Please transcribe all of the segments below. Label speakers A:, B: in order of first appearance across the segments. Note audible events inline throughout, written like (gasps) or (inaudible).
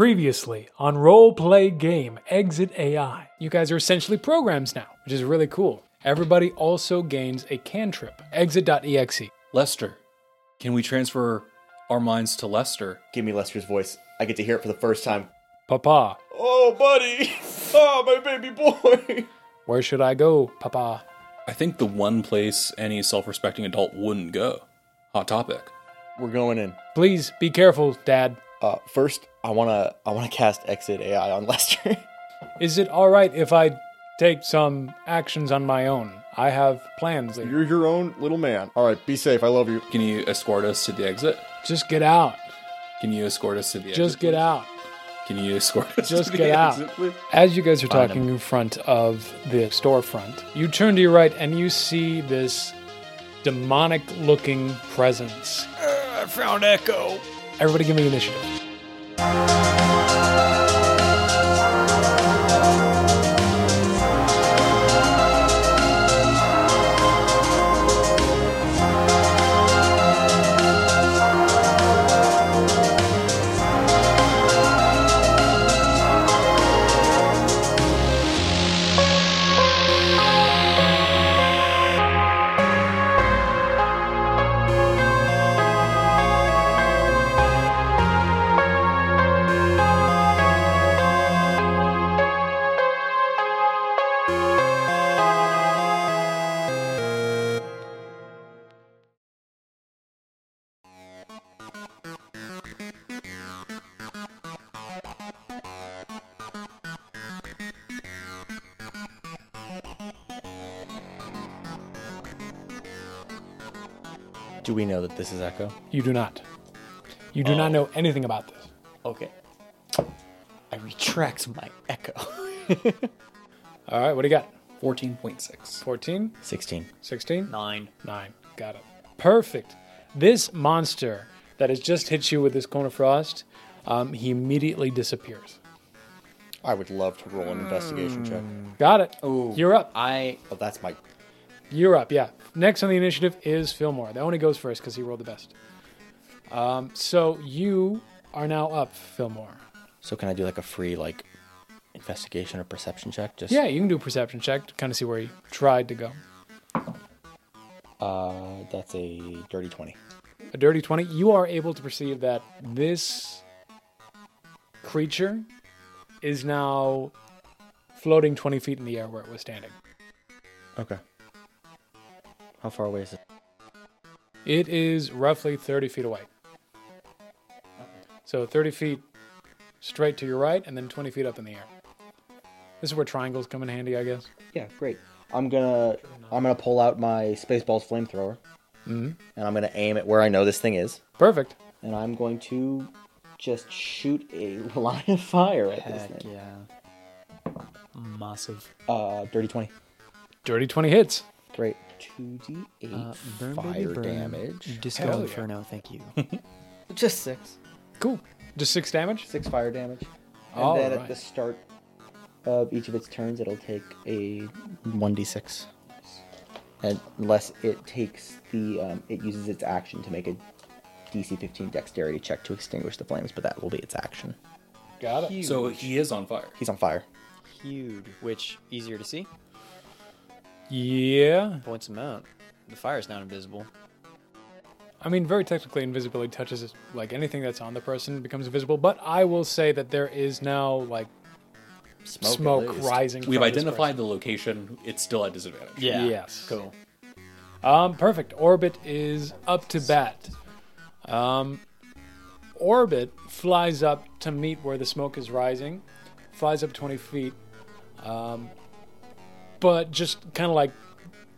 A: Previously on role play game Exit AI. You guys are essentially programs now, which is really cool. Everybody also gains a cantrip, exit.exe.
B: Lester, can we transfer our minds to Lester?
C: Give me Lester's voice. I get to hear it for the first time.
A: Papa,
C: Oh, buddy! (laughs) Oh, my baby boy! (laughs)
A: where should I go, Papa?
B: I think the one place any self respecting adult wouldn't go. Hot topic.
C: We're going in.
A: Please be careful, Dad.
C: Uh, first, I wanna I wanna cast Exit AI on (laughs) Lester.
A: Is it all right if I take some actions on my own? I have plans.
C: You're your own little man. All right, be safe. I love you.
B: Can you escort us to the exit?
A: Just get out.
B: Can you escort us to the exit?
A: Just get out.
B: Can you escort us
A: Just
B: to
A: get
B: the
A: out.
B: exit, please?
A: As you guys are
C: Find
A: talking in front of the storefront, you turn to your right and you see this demonic looking presence. Uh, I found Echo. Everybody give me initiative.
C: Do we know that this is Echo?
A: You do not. You do not know anything about this.
C: Okay. I retract my Echo. (laughs)
A: All right, what do you got?
B: 14.6.
A: 14,
C: Sixteen.
A: 16,
D: Nine.
A: 9. Got it. Perfect. This monster that has just hit you with this cone of frost, um, he immediately disappears.
C: I would love to roll an investigation check.
A: Got it.
D: Ooh.
A: You're up.
D: I
C: Oh, that's my.
A: You're up, yeah. Next on the initiative is Fillmore. That one he goes first because he rolled the best. Um, so you are now up, Fillmore.
C: So can I do like a free like investigation or perception check? Just
A: Yeah, you can do a perception check to kind of see where he tried to go.
C: Uh, that's a dirty twenty.
A: A dirty 20, you are able to perceive that this creature is now floating 20 feet in the air where it was standing.
C: Okay. How far away is it?
A: It is roughly 30 feet away. So 30 feet straight to your right and then 20 feet up in the air. This is where triangles come in handy, I guess.
C: Yeah, great. I'm gonna I'm gonna pull out my Spaceballs flamethrower,
A: Mhm.
C: and I'm gonna aim at where I know this thing is,
A: Perfect.
C: and I'm going to just shoot a (laughs) line of fire at this
D: heck
C: thing.
D: yeah. Massive.
C: Uh, dirty twenty.
A: Dirty 20 hits.
C: Great. Two D eight
D: Uh, burn,
C: fire
D: baby, burn.
C: damage.
D: Disco
A: Hell yeah.
D: Inferno, thank you.
C: Mm.
D: Just six.
A: Cool. Just six damage?
C: Six fire damage. And
A: All
C: then
A: right.
C: at the start of each of its turns, it'll take a one d six, and unless it takes the um, it uses its action to make a DC 15 dexterity check to extinguish the flames, but that will be its action.
A: Got it.
D: Huge.
B: So he is on fire.
C: He's on fire.
D: (laughs) huge. Which easier to see?
A: Yeah.
D: Points him out. The fire's not invisible.
A: I mean, very technically, invisibility touches like anything that's on the person becomes invisible, but I will say that there is now like smoke, rising.
B: We've
A: from this
B: identified the location. It's still at disadvantage.
A: Yeah. Yes. Cool. person. Um, perfect. Orbit is up to bat. Um, Orbit flies up to meet where the smoke is rising, flies up 20 feet, um, but just kind of like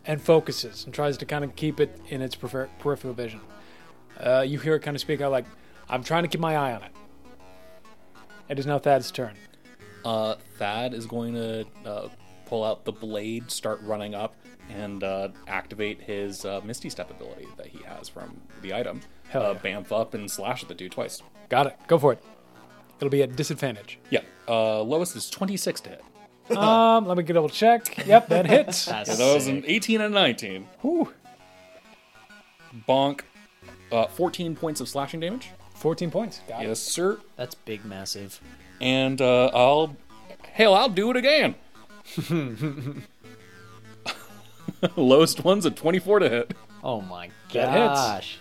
A: and focuses and tries to kind of keep it in its peripher- peripheral vision. Uh, you hear it kind of speak out like, I'm trying to keep my eye on it. It is now Thad's turn.
B: Uh, Thad is going to uh, pull out the blade, start running up, and uh, activate his uh, Misty Step ability that he has from the item.
A: Hell
B: uh,
A: yeah.
B: Bamf up and slash at the dude twice.
A: Got it. Go for it. It'll be at disadvantage.
B: Yeah. Uh, lowest is 26 to hit.
A: Um, let me double check. Yep, that hits. (laughs)
D: That's
B: Yeah, that was
D: sick.
B: an 18 and a 19. Whew. Bonk. Uh, 14 points of slashing damage.
A: 14 points. Got
B: Yes, sir.
D: That's big, massive.
B: And uh, I'll. Hell, I'll do
A: (laughs)
B: it again. (laughs) Lowest one's a 24 to hit
D: Oh my
A: That hits.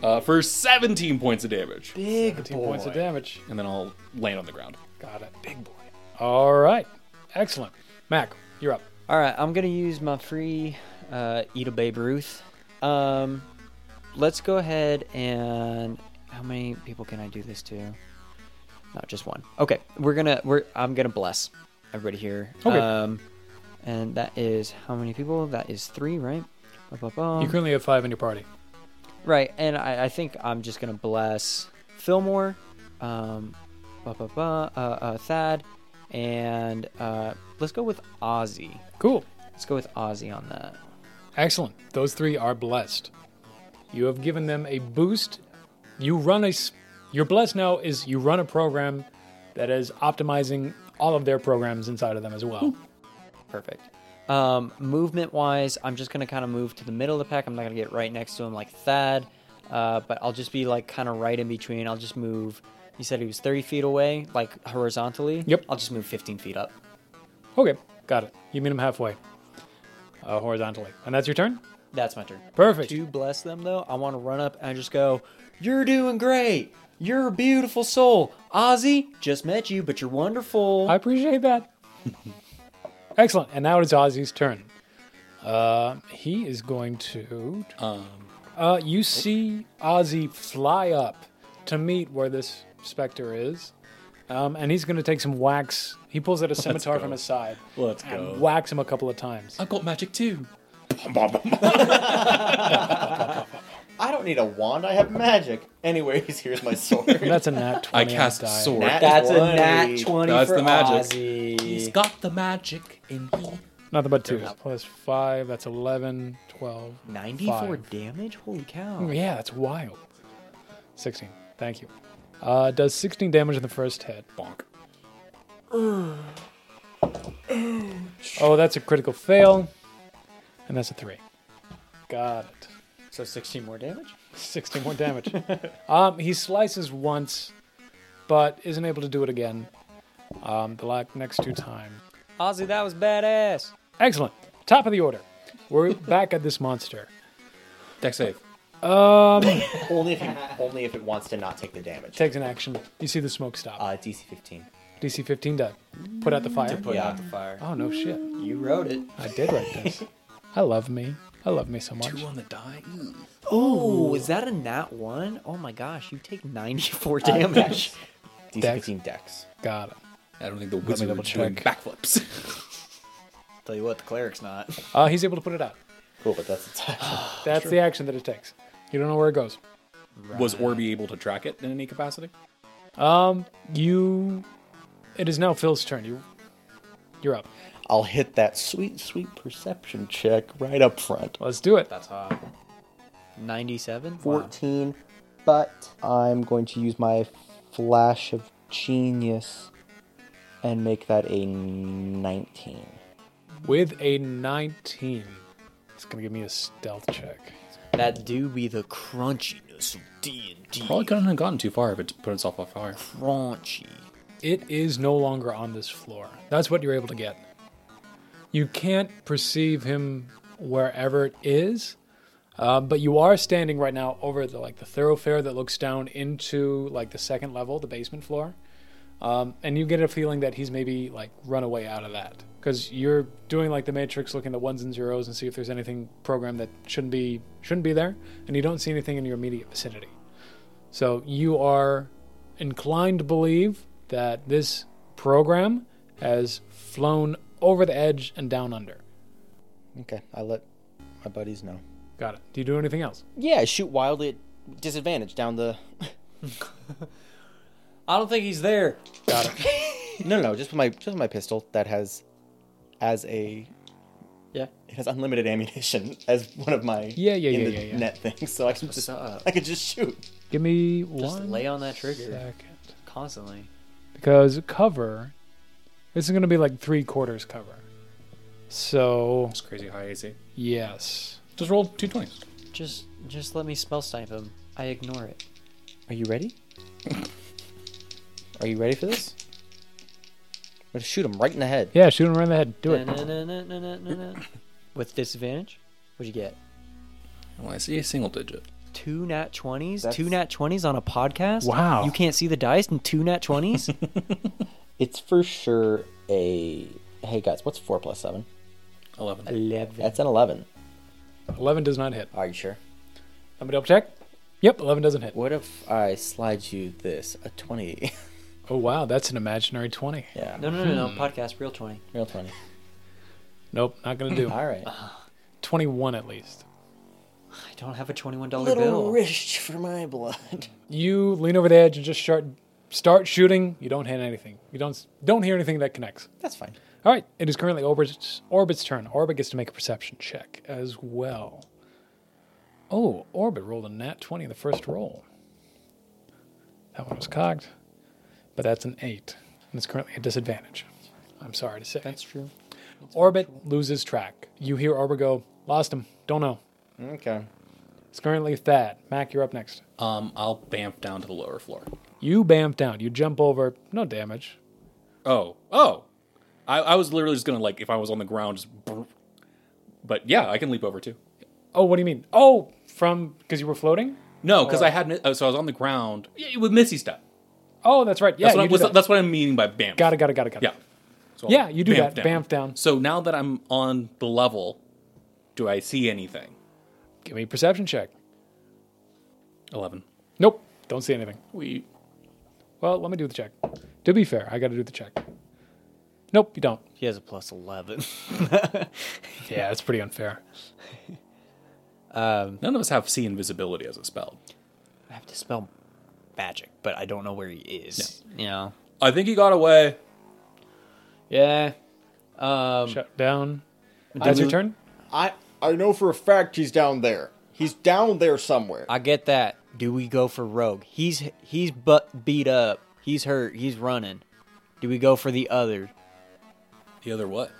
D: gosh.
B: uh, for 17 points of damage.
A: it.
D: Big
A: 15 points of damage.
B: And then I'll land on the ground.
A: Got it. Big boy. All right. Excellent. Mac, you're up.
D: All right, I'm gonna use my free uh, eat a Babe Ruth. Um, let's go ahead and how many people can I do this to? Not just one. Okay, we're gonna we're I'm gonna bless everybody here.
A: Okay.
D: Um, and that is how many people? That is three, right? Ba, ba, ba.
A: You currently have five in your party.
D: Right, and I, I think I'm just gonna bless Fillmore, um, ba ba ba, uh, uh, Thad, and uh, let's go with Ozzy.
A: Cool.
D: Let's go with Ozzy on that.
A: Excellent. Those three are blessed. You have given them a boost. You run a. s- Your blessed now is you run a program that is optimizing all of their programs inside of them as well.
D: Perfect. Um, movement wise, I'm just gonna kind of move to the middle of the pack. I'm not gonna get right next to him like Thad, uh, but I'll just be like kind of right in between. I'll just move. You said he was 30 feet away, like horizontally.
A: Yep.
D: I'll just move 15 feet up.
A: Okay, got it. You meet them halfway, uh, horizontally, and that's your turn.
D: That's my turn.
A: Perfect.
D: To bless them though, I want to run up and just go, "You're doing great. You're a beautiful soul, Ozzy. Just met you, but you're wonderful."
A: I appreciate that. Excellent. And now it is Ozzy's turn. Uh, he is going to.
B: Um,
A: Uh, you see Ozzy fly up to meet where this specter is, um, and he's going to take some wax. He pulls out a scimitar
B: go.
A: from his side
B: Let's
A: and
B: go.
A: whacks him a couple of times.
B: I've got magic too.
C: I don't need a wand. I have magic. Anyways, (laughs) here's my sword.
A: That's a nat 20.
B: I
A: on
B: cast
A: the die.
B: sword.
C: Nat
D: That's a
C: 20.
D: nat 20
B: That's
D: for
B: the magic.
D: Ozzy.
B: got the magic in me.
A: Nothing but two. Plus five, that's 11, 12.
D: 94
A: five.
D: damage? Holy cow.
A: Oh, (laughs) Yeah, that's wild. 16. Thank you. Uh, does 16 damage in the first hit.
B: Bonk.
A: Oh, that's a critical fail, and that's a three. Got it.
D: So 16 more damage?
A: 60 more (laughs) damage. um, he slices once, but isn't able to do it again. Um, the la- next two times.
D: Ozzy, that was badass.
A: Excellent. Top of the order. We're back at this monster.
B: Deck save.
C: only if you, only if it wants to not take the damage.
A: Takes an action. You see the smoke stop.
C: Uh, DC 15.
A: DC 15 to put out the fire.
C: Put out the
D: fire.
A: Oh, no shit.
C: You wrote it.
A: I did write this. I love me. I love me so much.
B: Two on the die. Ooh.
D: Oh, is that a nat 1? Oh my gosh, you take 94 damage.
C: Dex.
D: (laughs)
C: DC
A: Dex.
C: 15 Dex.
A: Got it.
B: I don't think the wizard
A: double
B: was doing
A: check.
B: backflips. (laughs)
D: Tell you what, the cleric's not.
A: Uh, he's able to put it out.
C: Cool, but that's its action.
A: That's the action that it takes. You don't know where it goes.
B: Was Orby able to track it in any capacity?
A: You. It is now Phil's turn. You. You're up.
C: I'll hit that sweet, sweet perception check right up front.
A: Let's do it.
D: That's hot. 97?
C: 14, but I'm going to use my flash of genius and make that a 19.
A: With a 19. It's going to give me a stealth check.
D: That do be the crunchiness of D&D.
B: Probably couldn't have gotten too far if it put itself on fire.
D: Crunchy.
A: It is no longer on this floor. That's what you're able to get. You can't perceive him wherever it is, uh, but you are standing right now over the like the thoroughfare that looks down into like the second level, the basement floor, um, and you get a feeling that he's maybe like run away out of that because you're doing like the Matrix, looking at the ones and zeros and see if there's anything programmed that shouldn't be shouldn't be there, and you don't see anything in your immediate vicinity. So you are inclined to believe that this program has flown over the edge and down under.
C: Okay, I let my buddies know.
A: Got it. Do you do anything else?
C: Yeah, shoot wildly at disadvantage down the.
D: I don't think he's there.
C: No, no, no, just with my just with my pistol that has, as a,
D: Yeah.
C: it has unlimited ammunition (laughs) as one of my
A: Yeah, yeah,
C: in
A: yeah,
C: the
A: yeah, yeah.
C: net things, so I can just I can just shoot.
A: Give me one
D: uh, Just
A: second
D: lay on that trigger constantly.
A: Because cover, this is going to be like three quarters cover. So,
B: It's crazy high AC.
A: yes.
B: Just roll two twenties.
D: Just just let me spell snipe him. I ignore it. Are you ready? (laughs) Are you ready for this? I'm gonna shoot him right in the head.
A: Yeah, shoot him right in the head. Do it.
D: Na-na-na-na-na-na. (laughs) With disadvantage? What'd you get?
B: Well, Oh, I see a single digit.
D: Two nat 20s? Two
C: That's-
D: nat 20s on a podcast?
A: Wow.
D: You can't see the dice in two nat 20s?
C: It's for sure a. Hey guys, what's four plus seven?
B: 11.
D: 11.
C: That's an (laughs) eleven.
A: 11 does not hit.
C: Are you sure?
A: Let me double check. Yep, 11 doesn't hit.
C: What if I slide you this a twenty? (laughs)
A: Oh, wow. That's an imaginary 20.
C: yeah,
D: No, no, no, no. Podcast, real 20.
C: real twenty.
A: Nope, not going to
D: (laughs)
A: do.
C: All right.
A: 21 at least.
D: I don't have a $21 bill.
C: rich for my blood.
A: You lean over the edge and just start, start shooting. You don't hit anything. You don't s- don't hear anything that connects.
C: (laughs) That's fine.
A: All right, it is currently Orbit's, Orbit's turn. Orbit gets to make a perception check as well. Oh, Orbit rolled a nat 20 in the first roll. That one was cocked, but that's an 8, and it's currently a disadvantage. I'm sorry to say.
D: That's true.
A: Orbit loses track. You hear Orbit go, lost him, don't know.
C: Okay.
A: It's currently Thad. Mac, you're up next.
B: Um, I'll bamf down to the lower floor.
A: You bamf down. You jump over. No damage.
B: Oh, oh. I, I was literally just gonna like if I was on the ground, just. brr. But yeah, I can leap over too.
A: Oh, what do you mean? Oh, from because you were floating.
B: No, because I had mi- oh, so I was on the ground yeah, with Missy step.
A: Oh, that's right. Yeah,
B: That's, what,
A: you
B: I'm,
A: do
B: what's-
A: that.
B: that's what I'm meaning by bamf.
A: got it. Got it. Got it. Got it.
B: Yeah. So
A: Yeah, you do
B: bamf
A: that. Bamf down.
B: So now that I'm on the level, do I see anything?
A: Give me a perception check.
B: Eleven.
A: Nope. Don't see anything.
B: We
A: Well, let me do the check. To be fair, I got to do the check. Nope, you don't.
D: He has a plus 11.
A: Yeah, that's pretty unfair.
D: Um,
B: none of us have see invisibility as a spell.
D: (laughs) I have to spell magic, but I don't know where he is. You know?
B: I think he got away.
D: Yeah. Um,
A: Shut down. That's your turn.
E: I I know for a fact he's down there. He's down there somewhere.
D: I get that. Do we go for Rogue? He's he's but beat up. He's hurt. He's running. Do we go for the other?
B: The other what?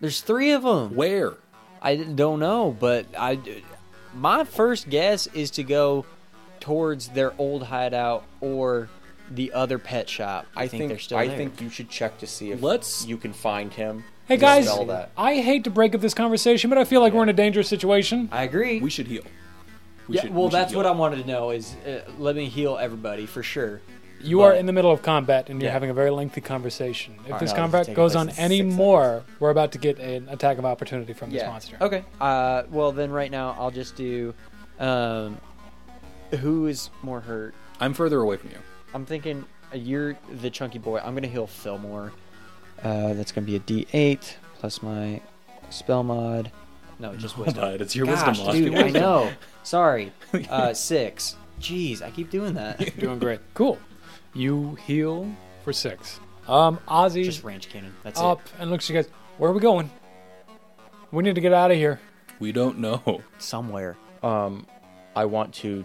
D: There's three of them.
B: Where?
D: I don't know, but I my first guess is to go towards their old hideout or the other pet shop. I, think, they're still
C: I
D: there.
C: think you should check to see if
B: Let's-
C: you can find him.
A: Hey
C: You
A: guys,
C: spell that.
A: I hate to break up this conversation, but I feel like we're in a dangerous situation.
D: I agree.
B: We should heal. We
D: yeah,
B: should-
D: well,
B: we should
D: that's
B: heal.
D: what I wanted to know is uh, let me heal everybody for sure.
A: You are in the middle of combat and you're having a very lengthy conversation. If this
C: no, this is
A: combat
C: taking
A: goes
C: place
A: on
C: in
A: any
C: six
A: more, we're about to get an attack of opportunity from this
D: Yeah.
A: monster.
D: Okay. Uh, well, then right now I'll just do. Um, who is more hurt?
B: I'm further away from you.
D: I'm thinking uh, you're the chunky boy. I'm gonna heal Fillmore. Uh, that's gonna be a D8 plus my spell mod. No,
B: (laughs)
D: just wisdom.
B: But it's your
D: Gosh,
B: wisdom mod.
D: dude, I know.
B: (laughs)
D: Sorry. Uh, six. Jeez, I keep doing that.
B: (laughs)
A: Doing great. Cool. You heal for six. Um, Ozzy's
D: Just range cannon. That's
A: up and looks at you guys. Where are we going? We need to get out of here.
B: We don't know. (laughs)
D: it. Somewhere.
C: Um, I want to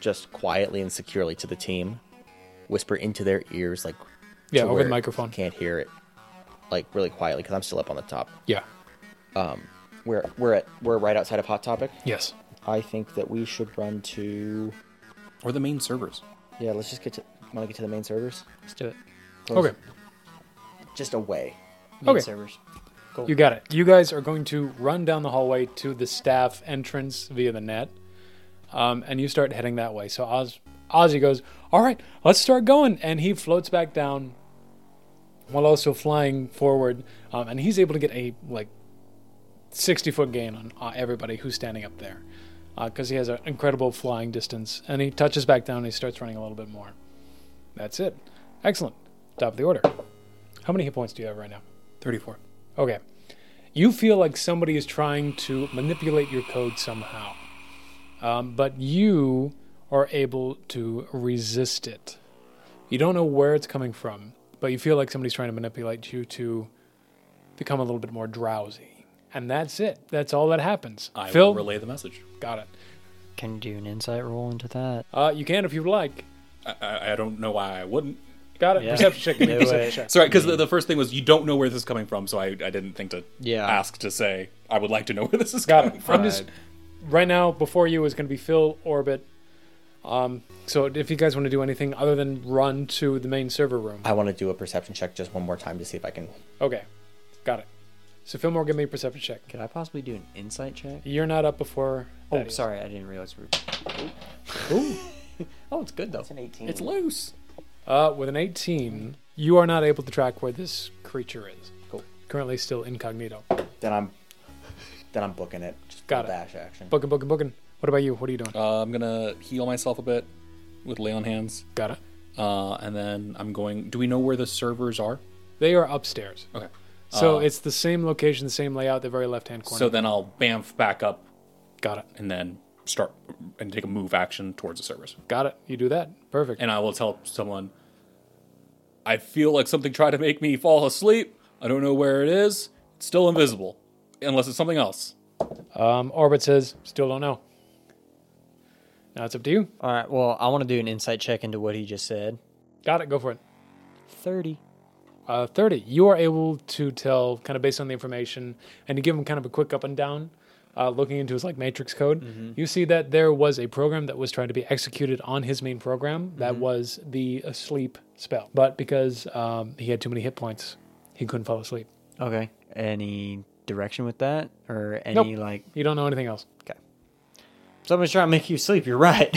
C: just quietly and securely to the team whisper into their ears, like
A: Yeah,
C: to
A: over
C: where
A: the microphone.
C: you Can't hear it, like really quietly, because I'm still up on the top.
A: Yeah.
C: We're we're at we're right outside of Hot Topic.
A: Yes.
C: I think that we should run to.
B: Or the main servers.
C: Yeah, let's just get to. Want to get to the main servers?
D: Let's do it.
C: Close-
A: Okay.
C: Just away.
D: Main
A: Okay.
D: servers.
A: You got it. You guys are going to run down the hallway to the staff entrance via the net, um, and you start heading that way. So Oz, Ozzy goes, "All right, let's start going," and he floats back down, while also flying forward, um, and he's able to get a like sixty foot gain on uh, everybody who's standing up there, because he has an incredible flying distance, and he touches back down and he starts running a little bit more. That's it. Excellent. Top of the order. How many hit points do you have right now?
B: 34.
A: Okay. You feel like somebody is trying to manipulate your code somehow, um, but you are able to resist it. You don't know where it's coming from, but you feel like somebody's trying to manipulate you to become a little bit more drowsy. And that's it. That's all that happens.
B: I
A: Phil,
B: will relay the message.
A: got it.
D: Can you do an insight roll into that?
A: Uh, you can if you like.
B: I, I, I don't know why I wouldn't.
A: Got it.
D: Yeah.
A: Perception check. give me a
D: (laughs) Do
A: Perception
D: it.
A: check.
B: Sorry, because the, the first thing was you don't know where this is coming from, so I, I didn't think to
D: Yeah.
B: ask to say I (laughs) would like to know where this is
A: Got
B: coming
A: it.
B: from.
A: I'm just right now before you is going to be Phil Orbit, Um, so if you guys want to do anything other than run to the main server room,
C: I want to do a perception check just one more time to see if I can.
A: okay, got it. So Fillmore, give me a perception check.
D: Could I possibly do an insight check?
A: You're not up before.
D: Oh,
A: Thaddeus.
D: sorry, I didn't realize we were. oh, it's good though.
C: an 18.
B: It's loose.
A: Uh, with an 18, you are not able to track where this creature is.
B: Cool.
A: Currently still incognito.
C: Then I'm, then I'm booking it. Just
A: Got
C: full
A: it.
C: Dash action.
A: Booking, booking, booking. What about you? What are you doing?
B: Uh, I'm gonna heal myself a bit with lay on hands,
A: got it.
B: uh, and then I'm going. Do we know where the servers are?
A: They are upstairs.
B: Okay.
A: So
B: Uh,
A: it's the same location, the same layout, the very left hand corner.
B: So then I'll bamf back up
A: got it.
B: and then start and take a move action towards the servers.
A: Got it. You do that. Perfect.
B: And I will tell someone, I feel like something tried to make me fall asleep. I don't know where it is. It's still invisible, unless it's something else.
A: um, Orbit says, still don't know. Now it's up to you.
D: All right. Well, I want to do an insight check into what he just said.
A: Got it. Go for it.
D: Thirty.
A: Uh, 30. You are able to tell, kind of based on the information, and to give him kind of a quick up and down, uh, looking into his like matrix code. You see that there was a program that was trying to be executed on his main program. That was the uh, sleep spell, but because um, he had too many hit points, he couldn't fall asleep.
D: Okay. Any direction with that, or any
A: Nope.
D: like?
A: You don't know anything else.
D: Okay. Someone's trying to make you sleep. You're right.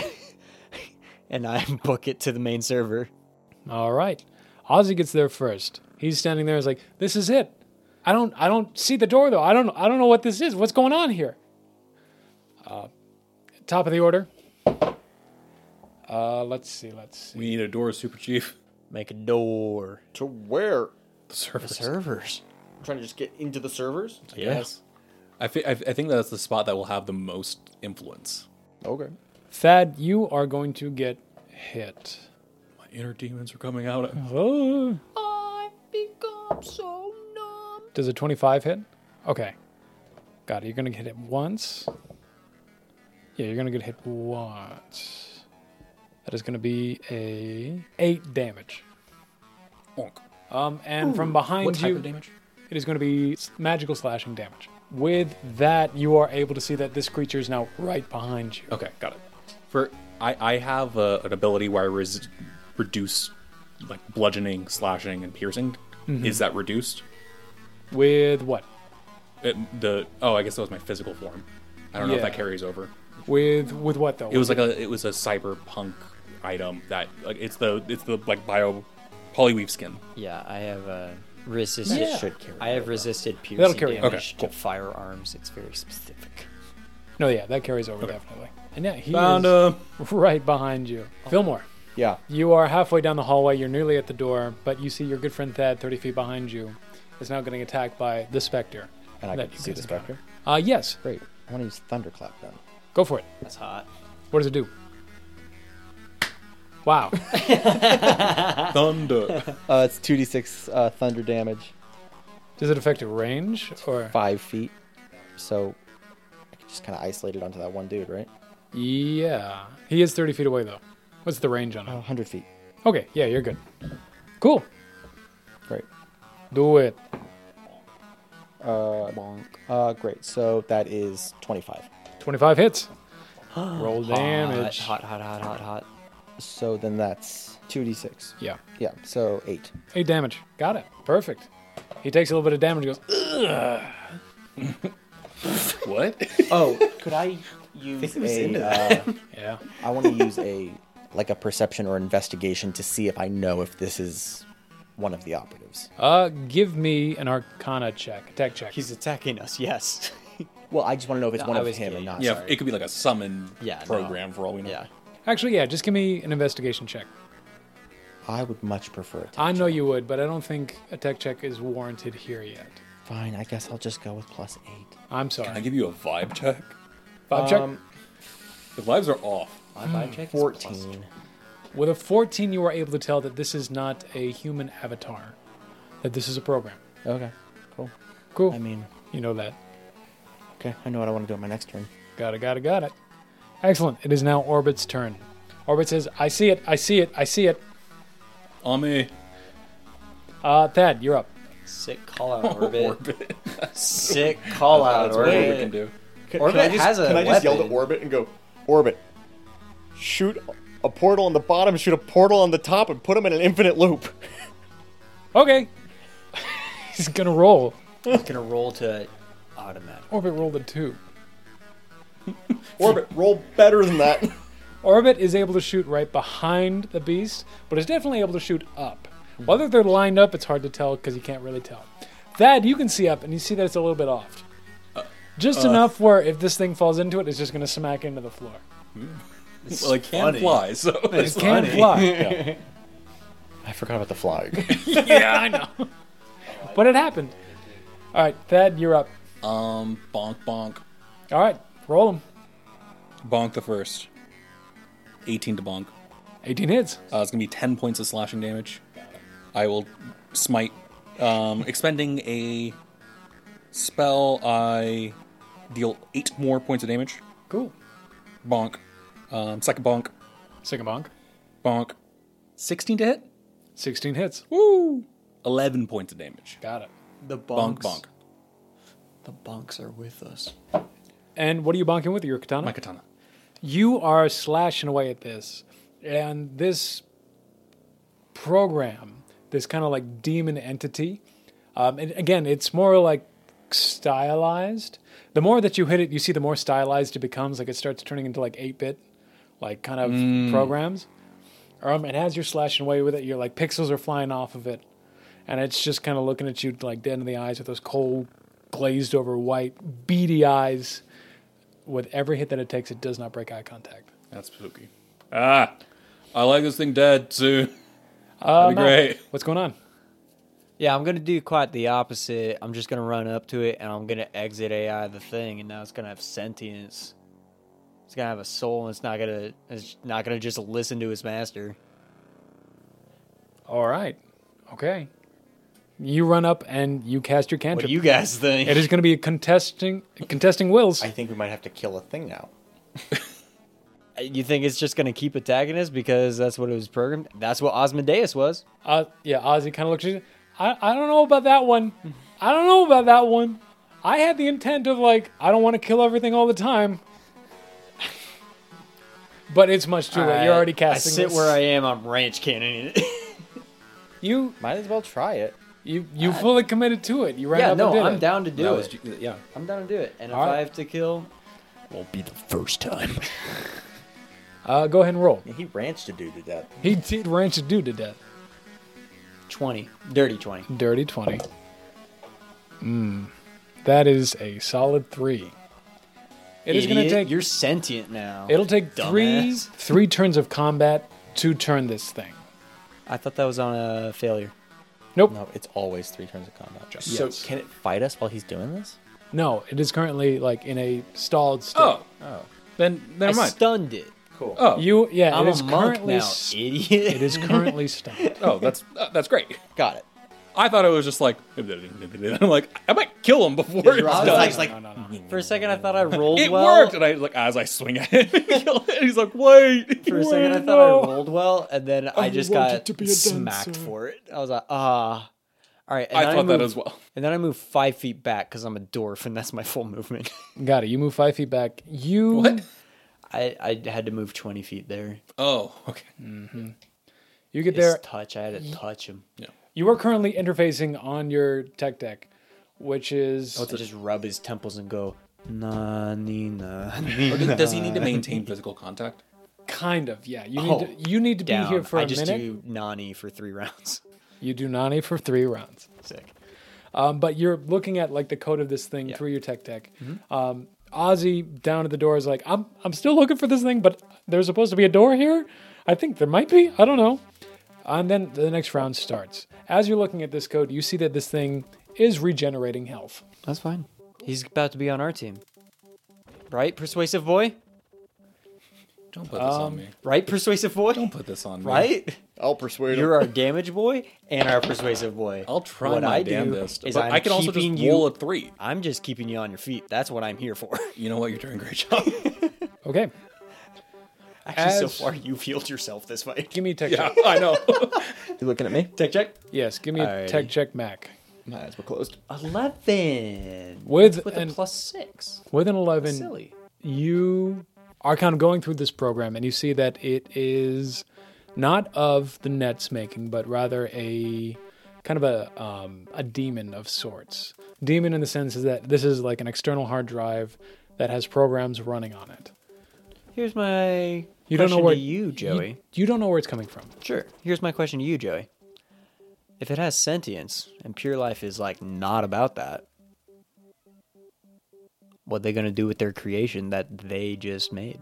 D: (laughs) and I (laughs) book it to the main server.
A: All right. Ozzy gets there first. He's standing there. He's like, "This is it. I don't. I don't see the door though. I don't. I don't know what this is. What's going on here?" Uh, top of the order. Uh, let's see. Let's see.
B: We need a door, Super Chief. (laughs)
D: Make a door.
E: To where?
B: The servers.
D: Servers.
E: I'm trying to just get into the servers?
B: Yes. I, thi- I I think that's the spot that will have the most influence.
E: Okay.
A: Thad, you are going to get hit.
B: My inner demons are coming out.
A: Oh. Does a 25 hit? Okay. Got it. You're going to get hit once. Yeah, you're going to get hit once. That is going to be a 8 damage.
B: Bonk.
A: Um, and from behind
B: What type
A: you,
B: of damage?
A: it is going to be s- magical slashing damage. With that, you are able to see that this creature is now right behind you.
B: Okay, got it. For I, I have a, an ability where I res- reduce like bludgeoning, slashing, and piercing. Is that reduced?
A: With what?
B: It- the oh, I guess that was my physical form. I don't know if
A: Yeah.
B: that carries over.
A: With with what though?
B: It was like a it was a cyberpunk item that like it's the it's the like bio polyweave skin.
D: Yeah, I have uh, resisted.
A: Yeah.
C: should carry
D: I have resisted piercing
A: That'll carry over.
D: damage
B: Okay, cool.
D: to firearms. It's very specific.
A: no, yeah, that carries over definitely. And yeah, he
B: Found
A: is
B: him.
A: (laughs) right behind you, Fillmore.
C: Yeah.
A: You are halfway down the hallway. You're nearly at the door, but you see your good friend Thad, 30 feet behind you, is now getting attacked by the Spectre.
C: And I
A: That
C: can
A: you
C: see
A: guys
C: the
A: encounter.
C: specter.
A: Uh, yes.
C: Great. I want to use thunderclap then.
A: Go for it.
D: That's hot.
A: What does it do?
C: (laughs)
A: Wow.
D: (laughs)
B: Thunder.
C: Uh, it's two d six uh, thunder damage,
A: does it affect your range or?
C: five feet. So I can just kind of isolate it onto that one dude, right?
A: Yeah. He is 30 feet away though. What's the range on
C: Uh,
A: it?
C: Hundred feet.
A: Okay. Yeah, you're good. Cool.
C: Great.
A: Do it.
C: Uh, bonk. Uh, great. So that is twenty five.
A: 25 hits.
C: (gasps)
A: Roll damage.
D: Hot, hot, hot, hot, hot.
C: So then that's two d six.
A: Yeah.
C: Yeah. So eight.
A: Eight damage. Got it. Perfect. He takes a little bit of damage. Goes. "Ugh."
D: (laughs)
B: what?
C: (laughs) Oh, could I use a? Uh,
A: Yeah.
C: (laughs) I want to use a like a perception or investigation to see if I know if this is one of the operatives.
A: Uh, give me an Arcana check, attack check.
D: He's attacking us. Yes. (laughs)
C: Well, I just want to know if it's
D: No,
C: one
D: I
C: of
D: was
C: him or
D: kidding.
C: not.
B: yeah,
D: Sorry.
B: it could be like a summon
D: Yeah, no.
B: program for all we know.
D: yeah.
A: Actually, yeah, just give me an investigation check.
C: I would much prefer it. to
A: I know
C: check.
A: you would, but I don't think a tech check is warranted here yet.
C: Fine. I guess I'll just go with plus eight.
A: I'm
B: Can I
A: sorry.
B: give you a vibe check?
A: Bob
C: Um,
B: The vibes are off.
C: Fourteen.
A: check. With a 14, you are able to tell that this is not a human avatar, that this is a program.
C: Okay. Cool.
A: Cool.
C: I mean,
A: you know that.
C: okay. I know what I want to do on my next turn.
A: Got it, got it, got it. Excellent. It is now Orbit's turn. Orbit says, I see it, I see it, I see it.
B: On me.
A: Uh, Thad, you're up.
D: Sick call
C: (laughs)
D: out orbit.
B: Orbit.
D: Sick call out
B: That's what we
D: orbit.
B: can do.
E: Can,
D: Orbit
E: can I just,
D: has a
E: Can I just yell to
D: weapon.
E: Orbit and go, Orbit, shoot a portal on the bottom, shoot a portal on the top, and put him in an infinite loop.
A: Okay. (laughs) He's gonna roll.
D: It's gonna roll to automatic.
A: Orbit rolled a two.
E: (laughs) Orbit, roll better than that.
A: Orbit is able to shoot right behind the beast, but is definitely able to shoot up. Whether they're lined up, it's hard to tell because you can't really tell. Thad, you can see up, and you see that it's a little bit off. Just enough where if this thing falls into it, it's just going to smack into the floor.
B: well, it can
D: funny.
A: (laughs)
B: fly, so
A: It can fly. Yeah.
C: I forgot about the
E: (laughs)
C: flag.
A: I know. but it happened. All right, Thad, you're up.
B: um, bonk, bonk,
A: All right, roll him.
B: bonk the first. 18 to bonk.
A: 18 hits.
B: Uh, it's gonna be 10 points of slashing damage. I will smite, um, expending a spell. I deal eight more points of damage.
A: Cool.
B: Bonk. Um, second bonk.
A: Second bonk.
B: Bonk. 16 to hit.
A: 16 hits.
B: Woo! 11 points of damage.
A: Got it.
D: The
B: Bonk, bonk.
D: The bonks are with us.
A: And what are you bonking with? Your katana?
B: My katana.
A: you are slashing away at this and this program this kind of like demon entity um, and again it's more like stylized the more that you hit it you see the more stylized it becomes like it starts turning into like 8-bit like kind of programs um, and as you're slashing away with it you're like pixels are flying off of it and it's just kind of looking at you like dead in the eyes with those cold glazed over white beady eyes with every hit that it takes, it does not break eye contact.
B: That's spooky. Ah! I like this thing dead soon. That'd be great.
A: Uh, What's going on?
D: Yeah, I'm gonna do quite the opposite. I'm just gonna run up to it and I'm gonna exit AI the thing, and now it's gonna have sentience. It's gonna have a soul, and it's not gonna it's not gonna just listen to its master.
A: All right. Okay. You run up and you cast your
D: What
A: cantrip.
D: do you guys think?
A: it is going to be a contesting contesting wills.
C: I think we might have to kill a thing now.
D: You think it's just gonna keep attacking us because that's what it was programmed? That's what Osmodeus was.
A: Uh, yeah, Ozzy kind of looks at you. I, I don't know about that one. I don't know about that one. I had the intent of like I don't want to kill everything all the time. (laughs) but it's much too late. You're already casting.
D: I sit
A: this.
D: where I am. I'm ranch cannoning it.
A: you
C: Might as well try it.
A: you you fully committed to it. You ran
D: yeah,
A: up and
D: no,
A: did
D: I'm
A: it.
D: down to do
B: That
D: it.
B: was, ju- yeah.
D: I'm down to do it. And if
A: Alright.
D: I have to kill,
C: Won't be the first time.
A: Uh, go ahead and roll.
C: he ranched a dude to death.
A: He did ranch a dude to death.
D: twenty, dirty twenty.
A: Dirty 20. Mm. That is a solid three. It is going to
D: Idiot,
A: take
D: You're sentient now.
A: it'll take three
D: Dumbass.
A: three turns of combat to turn this thing.
D: I thought that was on a failure.
A: Nope. No,
C: No, Oh, it's always three turns of combat.
A: Yes.
C: So can it fight us while he's doing this?
A: it is currently like in a stalled state.
B: Oh!
C: Oh.
B: Then,
D: I
B: never mind.
D: stunned it.
C: Cool.
B: oh.
A: You yeah,
D: I'm
A: it is
D: a monk
A: currently
D: now,
A: s-
D: idiot.
A: it is currently stunned.
D: (laughs)
B: oh, that's uh, that's great.
C: Got it.
B: I thought it was just like I'm like I might kill him before it's
D: Rob-
B: done.
D: No,
C: I was
A: no,
C: like,
A: no, no, no.
D: For a second, I thought I rolled
B: It
D: well.
B: worked, and I like as I swing at him, (laughs) kill it. he's like, "Wait!"
D: For a second, I
A: Wait,
D: thought
A: no.
D: I rolled well, and then I, just
A: wanted
D: got
A: to be a
D: smacked
A: dancer.
D: for it. I was like, ah. All right, and
B: I
D: then
B: thought that
D: moved-
B: as well.
D: And then I moved five feet back because I'm a dwarf, and that's my full movement. (laughs)
A: Got it. You move five feet back. You
B: What?
D: I, I had to move twenty feet there.
B: Oh, okay.
A: you get
D: His
A: there.
D: touch, I had to touch him.
A: You are currently interfacing on your tech deck, which is
D: I just rub his temples and go, na ni na. (laughs)
B: Or does, does he need to maintain physical contact?
A: kind of yeah. You need
D: Oh,
A: to, you need to
D: Down.
A: be here for a
D: I just
A: minute.
D: do nani for three (laughs) rounds.
A: You do nani for three rounds.
D: Sick.
A: Um, but you're looking at like the code of this thing
D: Yeah.
A: through your tech deck. Um, Ozzy down at the door is like, I'm I'm still looking for this thing, but there's supposed to be a door here. I think there might be. I don't know. And then the next round starts. As you're looking at this code, you see that this thing is regenerating health.
D: That's fine. He's about to be on our team. Right, persuasive boy?
B: Don't put this on me.
D: Right, persuasive boy?
B: Don't put this on me.
D: Um, right?
E: (laughs) I'll persuade him.
D: You're our damage boy and our persuasive boy.
B: I'll try
D: What
B: my
D: I do
B: damnedest,
D: is
B: but
D: I'm
B: I can also just
D: keeping
B: roll
D: you-
B: a three.
D: I'm just keeping you on your feet. That's what I'm here for. (laughs)
B: You know what? You're doing a great job.
A: Okay,
D: Actually, so
A: As-
D: far you've healed yourself this
B: (laughs)
D: fight.
A: give me a tech
B: yeah,
A: check.
B: (laughs) I know.
C: You looking at me?
D: Tech check.
A: Yes, give me a
D: Alrighty.
A: tech check, Mac.
C: My eyes were closed.
D: Eleven
A: With,
D: with
A: an
D: a plus six.
A: with an eleven,
D: Silly.
A: you are kind of going through this program, and you see that it is not of the Nets making, but rather a kind of a um, a demon of sorts. Demon in the sense is that this is like an external hard drive that has programs running on it.
D: Here's my
A: You
D: question
A: don't know where
D: to you, Joey.
A: You, you don't know where it's coming from.
D: Sure. Here's my question to you, Joey. If it has sentience and pure life is like not about that, what they gonna do with their creation that they just made?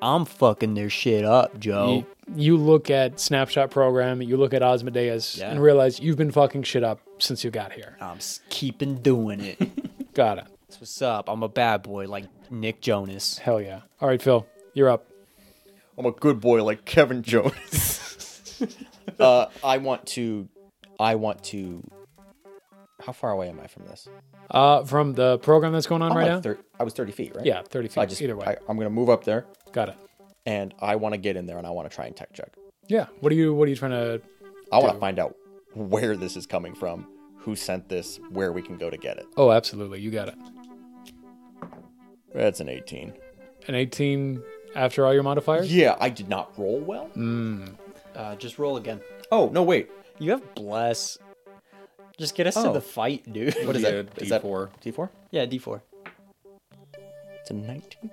D: I'm fucking their shit up, Joe.
A: You, you look at snapshot program, you look at Osmodeus,
D: Yeah.
A: and realize you've been fucking shit up since you got here.
D: I'm s- keeping doing (laughs) it.
A: Got it.
D: That's what's up. I'm a bad boy like Nick Jonas.
A: Hell yeah. All right, Phil, you're up.
E: I'm a good boy like Kevin Jones.
A: (laughs)
C: Uh, I want to. I want to. How far away am I from this?
A: Uh, from the program that's going on
C: I'm
A: right
C: like
A: now.
C: thir- I was 30 feet, right?
A: Yeah, 30 feet.
C: So I just,
A: Either way.
C: I, I'm going to move up there
A: Got it.
C: and I want to get in there and I want to try and tech check.
A: Yeah. What are you? What are you trying to?
C: I want to find out where this is coming from, who sent this, where we can go to get it.
A: Oh, absolutely. You got it.
C: That's an 18.
A: An 18 after all your modifiers.
C: Yeah, I did not roll well.
A: Mm.
D: Uh, just roll again.
C: Oh, no, wait.
D: You have bless. Just get us
C: Oh.
D: to the fight, dude.
C: What
D: (laughs)
C: is
B: Be
C: that?
B: a
C: Is that-
B: D4.
C: D4?
D: yeah, D4.
C: It's a 19.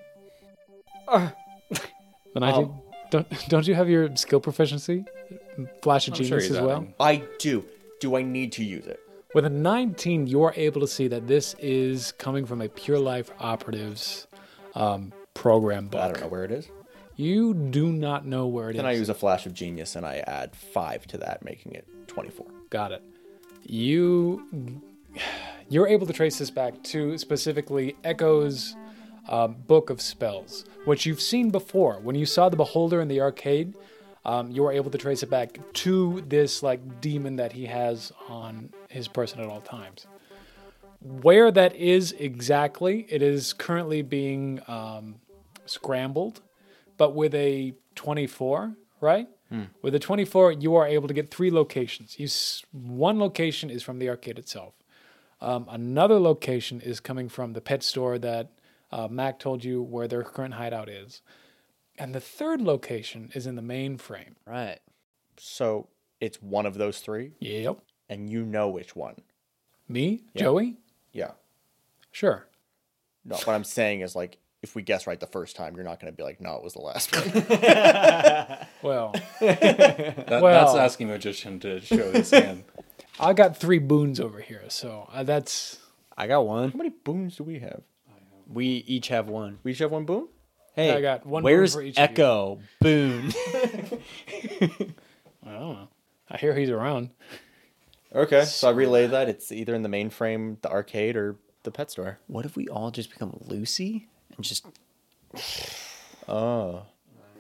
A: The 19.
C: Oh.
A: Don't (laughs) don't you have your skill proficiency? Flash of
B: I'm sure
A: genius
B: he's
A: as well.
B: adding.
C: I do. Do I need to use it?
A: With a 19, you are able to see that this is coming from a Pure Life Operatives um, program book.
C: I don't know where it is.
A: You do not know where it is.
C: Then I use a flash of genius and I add 5 to that, making it 24.
A: Got it. You you're able to trace this back to specifically Echo's um, book of spells, which you've seen before. When you saw the Beholder in the arcade, um, you were able to trace it back to this like demon that he has on his person at all times. Where that is exactly, it is currently being um, scrambled, but with a 24, right? With a 24, you are able to get three locations. You s- one location is from the arcade itself. Um, another location is coming from the pet store that uh, Mac told you where their current hideout is. And the third location is in the mainframe.
D: Right.
C: So it's one of those three,
A: Yep.
C: and you know which one.
A: Me? Joey?
C: Yeah.
A: Sure.
C: No, what I'm saying is like, if we guess right the first time, you're not going to be like, no, it was the last (laughs) one.
A: Well,
B: That,
A: Well-
B: That's asking a magician to show
A: (laughs)
B: his hand.
A: I got three boons over here, so uh, that's.
D: I got one.
C: How many boons do we have?
D: We each have one.
C: We each have one boon?
D: Hey,
A: I got one boon
D: Where's
A: for each of you.
D: Echo Boone?
A: I don't know. I hear he's around.
C: Okay, so I relay that. It's either in the mainframe, the arcade, or the pet store.
D: what if we all just become Lucy and just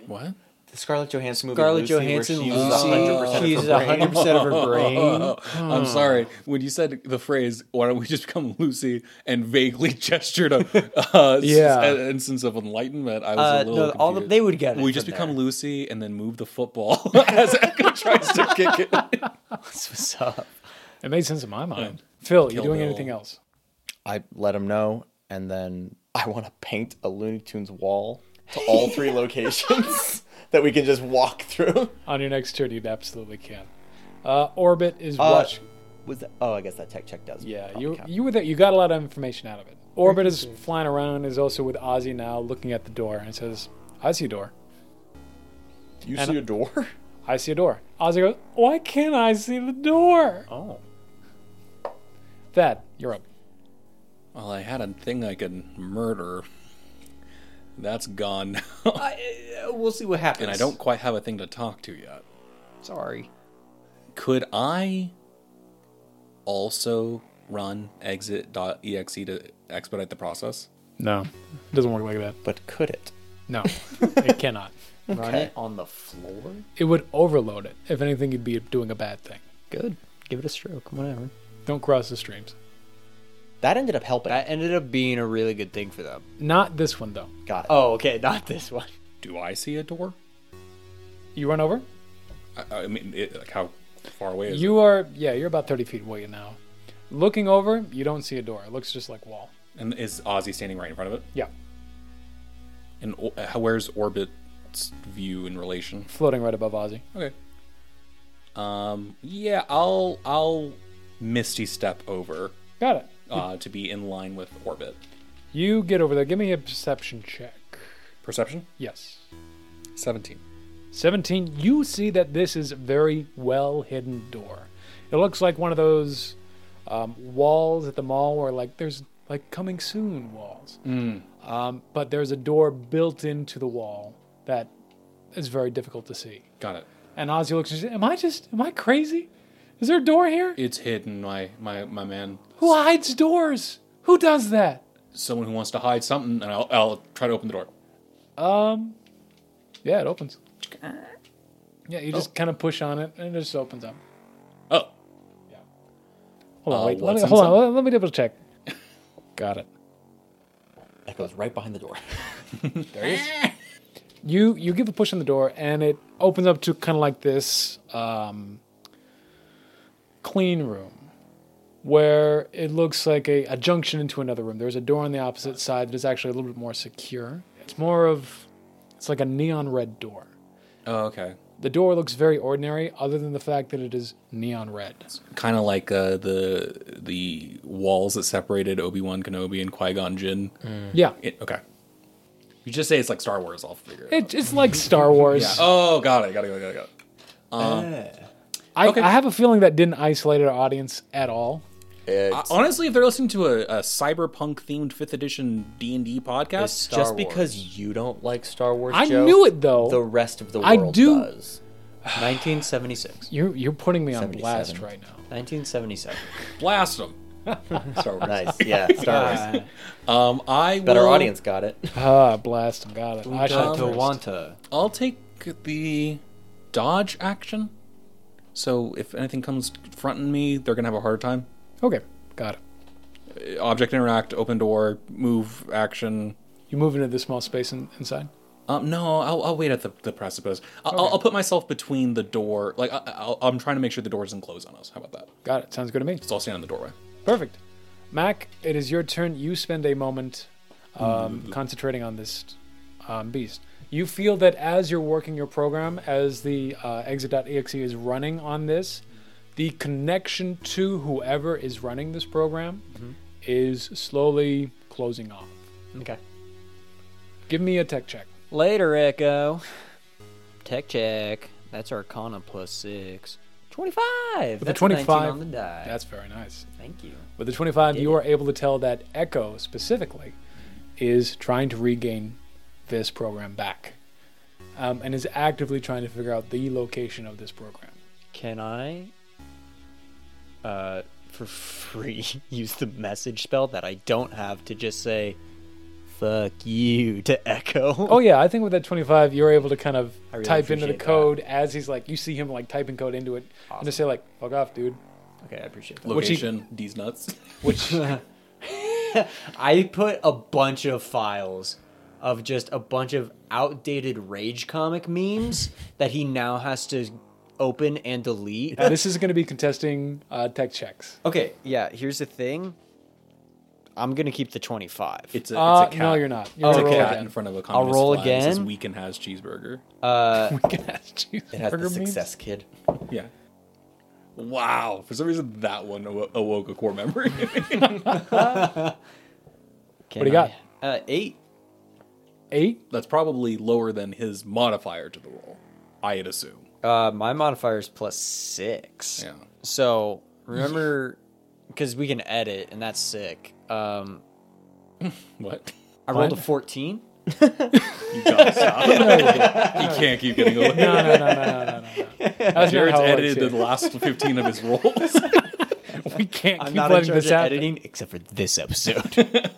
B: What?
C: The Scarlett Johansson movie.
D: Scarlett
C: Lucy,
D: Johansson
C: where she uses
D: Lucy?
C: 100%
D: She
C: of
D: uses
C: her brain.
D: hundred percent of her brain.
B: Oh,
A: Hmm.
B: I'm sorry. When you said the phrase, why don't we just become Lucy and vaguely (laughs) gestured a uh,
A: Yeah.
B: an instance of enlightenment, I was
D: Uh,
B: a
D: no,
B: little
D: all the,
B: confused.
D: they would get it.
B: we just
D: from
B: become
D: there.
B: Lucy and then move the football (laughs) as Echo tries to
D: (laughs)
B: kick it.
D: That's what's up.
A: It made sense in my mind. Phil, you
B: Kill
A: doing
B: Bill.
A: anything else?
C: I let them know, and then I want to paint a Looney Tunes wall to
F: (laughs)
C: all three locations (laughs) that we can just walk through.
A: On your next turn, you absolutely can. Uh, Orbit is Oh, watching.
C: Was that, oh, I guess that tech check does.
A: Yeah,
C: probably
A: you
C: count.
A: you were there. You got a lot of information out of it. Orbit is flying around. Is also with Ozzy now, looking at the door and says, "I see a door.
E: You see a door?
A: I see a door." Ozzy goes, "Why can't I see the door?"
D: Oh,
A: Thad, you're up.
B: Well, I had a thing I could murder. That's gone (laughs) now.
D: I, uh, we'll see what happens.
B: and I don't quite have a thing to talk to yet.
D: Sorry.
B: Could I also run exit.exe to expedite the process?
A: No, it doesn't work like that.
C: But could it?
A: (laughs) No, it cannot.
D: Run
C: Okay.
D: it on the floor.
A: It would overload it. If anything, you'd be doing a bad thing.
D: Good. Give it a stroke. Whatever.
A: Don't cross the streams.
C: That ended up helping.
D: That ended up being a really good thing for them.
A: Not this one though.
C: Got it.
D: Oh, okay, (laughs) not this one.
B: Do I see a door?
A: You run over.
B: I, I mean, it, like how far away is
A: You are yeah. You're about thirty feet away now. Looking over, you don't see a door. It looks just like wall.
B: it? And is Ozzy standing right in front of it?
A: Yeah.
B: And o- uh, where's Orbit's view in relation?
A: floating right above Ozzy.
B: Okay. Um. Yeah, I'll I'll Misty step over
A: Got it.
B: uh, to be in line with Orbit.
A: You get over there. Give me a perception check.
B: Perception
A: Yes.
B: seventeen.
A: 17, you see that this is a very well hidden door. It looks like one of those um, walls at the mall where, like, there's like coming soon walls. Um, but there's a door built into the wall that is very difficult to see.
B: Got it.
A: And Ozzy looks and says, Am I just, am I crazy? Is there a door here?
B: It's hidden, my my my man.
A: Who hides doors? Who does that?
B: Someone who wants to hide something, and I'll I'll try to open the door.
A: Yeah, it opens. Oh. Yeah, you just kind of push on it and it just opens up.
B: Oh,
A: Hold on,
C: Oh,
B: Uh,
A: wait. Let
B: what's
A: me, hold on.
B: inside?
A: Let, let me double check. Got it.
C: That goes right behind
A: (laughs)
C: the door.
A: You you give a push on the door and it opens up to kind of like this um, clean room where it looks like a, a junction into another room. There's a door on the opposite side that is actually a little bit more secure. It's more of it's like a neon red door.
B: oh okay.
A: The door looks very ordinary, other than the fact that it is neon red.
B: kind of like uh, the the walls that separated Obi Wan Kenobi and Qui Gon Jinn.
A: Yeah,
B: It- okay, you just say it's like Star Wars. I'll figure it.
A: it,
B: out.
A: it's like Star Wars.
B: Oh, got it, got it, got it, got it.
A: I,
B: Okay.
A: I have a feeling that didn't isolate our audience at all.
B: Uh, honestly, if they're listening to a, a cyberpunk themed fifth edition D and D podcast,
F: It's just because you don't like Star Wars,
A: I
F: Joe,
A: knew it, though.
F: The rest of the
A: I
F: world
A: do-
F: does.
D: (sighs) 1976.
A: You you're putting me on
F: 77.
A: blast right now.
D: 1977.
B: blast them.
C: Oh,
F: (laughs)
B: Star Wars.
F: Nice, yeah, (laughs) Star Wars.
B: Um, I
F: Better
B: will-
F: audience got it.
A: Ah, blast him. Got it. I should have first.
D: Wanta.
B: I'll take the dodge action. So if anything comes fronting me, they're gonna have a hard time.
A: Okay, got it.
B: Object interact, open door, move action.
A: You move into the small space in, inside.
B: Um, no, I'll, I'll wait at the, the precipice. I'll, I'll, I'll put myself between the door. Like I, I'll, I'm trying to make sure the door doesn't close on us. How about that?
A: Got it. Sounds good to me.
B: So I'll stand in the doorway.
A: Perfect. Mac, it is your turn. You spend a moment um, concentrating on this um, beast. You feel that as you're working your program, as the uh, exit.exe is running on this, the connection to whoever is running this program is slowly closing off.
D: Okay.
A: Give me a tech check.
D: Later, Echo. Tech check. That's Arcana plus six. 25.
A: a
D: That's
A: 25
D: 25 on the die.
A: That's very nice.
D: Thank you.
A: With the 25, you
D: it.
A: are able to tell that Echo specifically is trying to regain this program back um, and is actively trying to figure out the location of this program.
D: Can I, uh, for free, (laughs) use the message spell that I don't have to just say, "fuck you" to Echo?
A: Oh, yeah, I think with that 25, you're able to kind of
D: I really
A: type into the
D: appreciate that.
A: code as he's like, you see him like typing code into it and just say, like, fuck off, dude.
D: Okay, I appreciate that.
A: Which he-
B: Location,
A: (laughs)
B: these nuts.
D: I put a bunch of files of just a bunch of outdated rage
A: (laughs)
D: comic memes that he now has to open and delete.
A: Now, this is going to be contesting uh, tech checks.
D: (laughs) Okay, yeah, here's the thing. I'm gonna keep the 25.
B: It's a, it's a
A: Uh,
B: cat.
A: no, you're not. You're
B: It's a
A: roll
B: cat
A: again.
B: in front of a communist
D: roll
B: flag that says
D: again.
B: Weak and has cheeseburger.
A: (laughs)
F: It has the
A: Burger memes?
F: success kid.
B: Yeah. Wow. For some reason, that one awo- awoke a core memory. (laughs)
D: Can
A: What do you got?
D: I- Uh, eight.
A: Eight?
B: That's probably lower than his modifier to the roll. I'd assume.
D: Uh, my modifier is plus six.
B: Yeah.
D: So remember, (laughs) because we can edit, and that's sick. Um,
B: What?
D: I rolled a 14.
B: You gotta (laughs) stop. you can't keep getting (laughs) away.
A: No, no, no, no, no, no, no. That's not
B: Jared's
A: how it works
B: edited
A: here.
B: the last 15 (laughs) of his rolls.
A: We can't
D: I'm
A: keep
D: not in
A: letting this
D: charge of
A: happen.
D: editing except for this episode.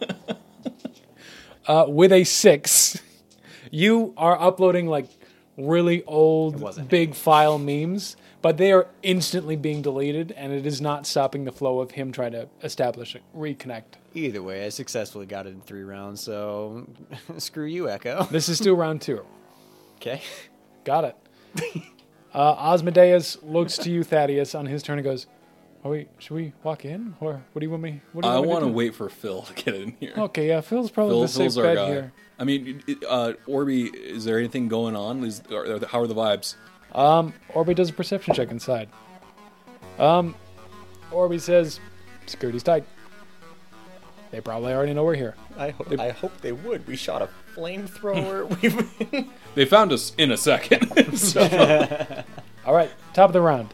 A: uh, with a six. You are uploading like really old
D: wasn't
A: big file memes, but they are instantly being deleted, and it is not stopping the flow of him trying to establish a reconnect.
D: Either way, I successfully got it in three rounds. So (laughs) screw you, Echo. (laughs)
A: This is still round two.
D: Okay.
A: Got
B: (laughs)
A: it. Uh, Osmodeus looks to you, Thaddeus, on his turn and goes, "Are we? Should we walk in, or what do you want me? What do you
B: I (laughs)
A: want
B: want to
A: me to
B: wait for Phil to get in here.
A: do?" Okay, yeah, Phil's probably
B: Phil-
A: Oh, the safe
B: Phil's our
A: bet
B: guy.
A: here.
B: I mean, it- uh, Orby, is there anything going on? Is, are, are- how are the vibes?
A: Um, Orby does a perception check inside. Um, Orby says, "Security's tight. They probably already know we're here."
F: I, ho- I hope they would. We shot a
C: (laughs)
F: flamethrower. We've
B: They found us in a second. (laughs) so,
A: All right, top of the round.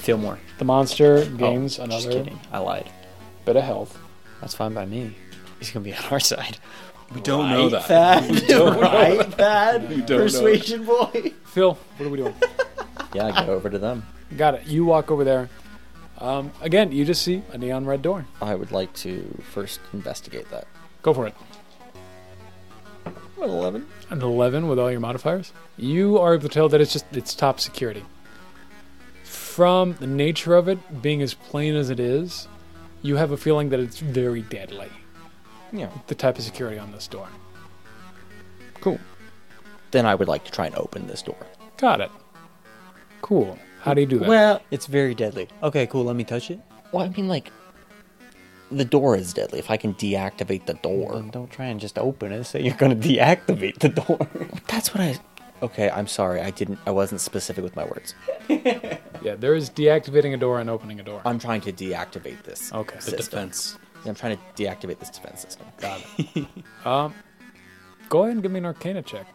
D: Fillmore.
A: The monster gains
D: oh, Just
A: another
D: kidding. I lied.
A: bit of health.
D: That's fine by me. He's gonna be on our (laughs) side.
B: we don't know that.
D: (laughs)
C: right, bad
B: don't know. Persuasion
C: boy.
A: Phil, what are we doing?
C: Yeah, get over
F: (laughs)
C: to them.
A: Got it. You walk over there. Um, again, you just see a neon red door.
C: I would like to first investigate that.
A: Go for it.
F: an eleven.
A: An 11 with all your modifiers. You are able to tell that it's just it's top security. From the nature of it being as plain as it is, you have a feeling that it's very deadly.
C: Yeah.
A: The type of security on this door.
C: Cool. Then I would like to try and open this door.
A: Got it. Cool. How do you do that?
C: Well,
D: It's very deadly. Okay, cool. Let me touch it.
C: well, I mean, like, the door is deadly. If I can deactivate the
F: Mm-hmm.
C: door,
D: Then don't try and just
C: (laughs)
D: open it. Say you're gonna deactivate the door.
C: that's what I. Okay, I'm sorry. I didn't. I wasn't specific with my words.
A: yeah, there is deactivating a door and opening a door.
C: I'm trying to deactivate this.
A: Okay. The
B: The
C: System.
B: defense.
C: I'm trying to deactivate this defense system.
A: Um, go ahead and give me an Arcana check.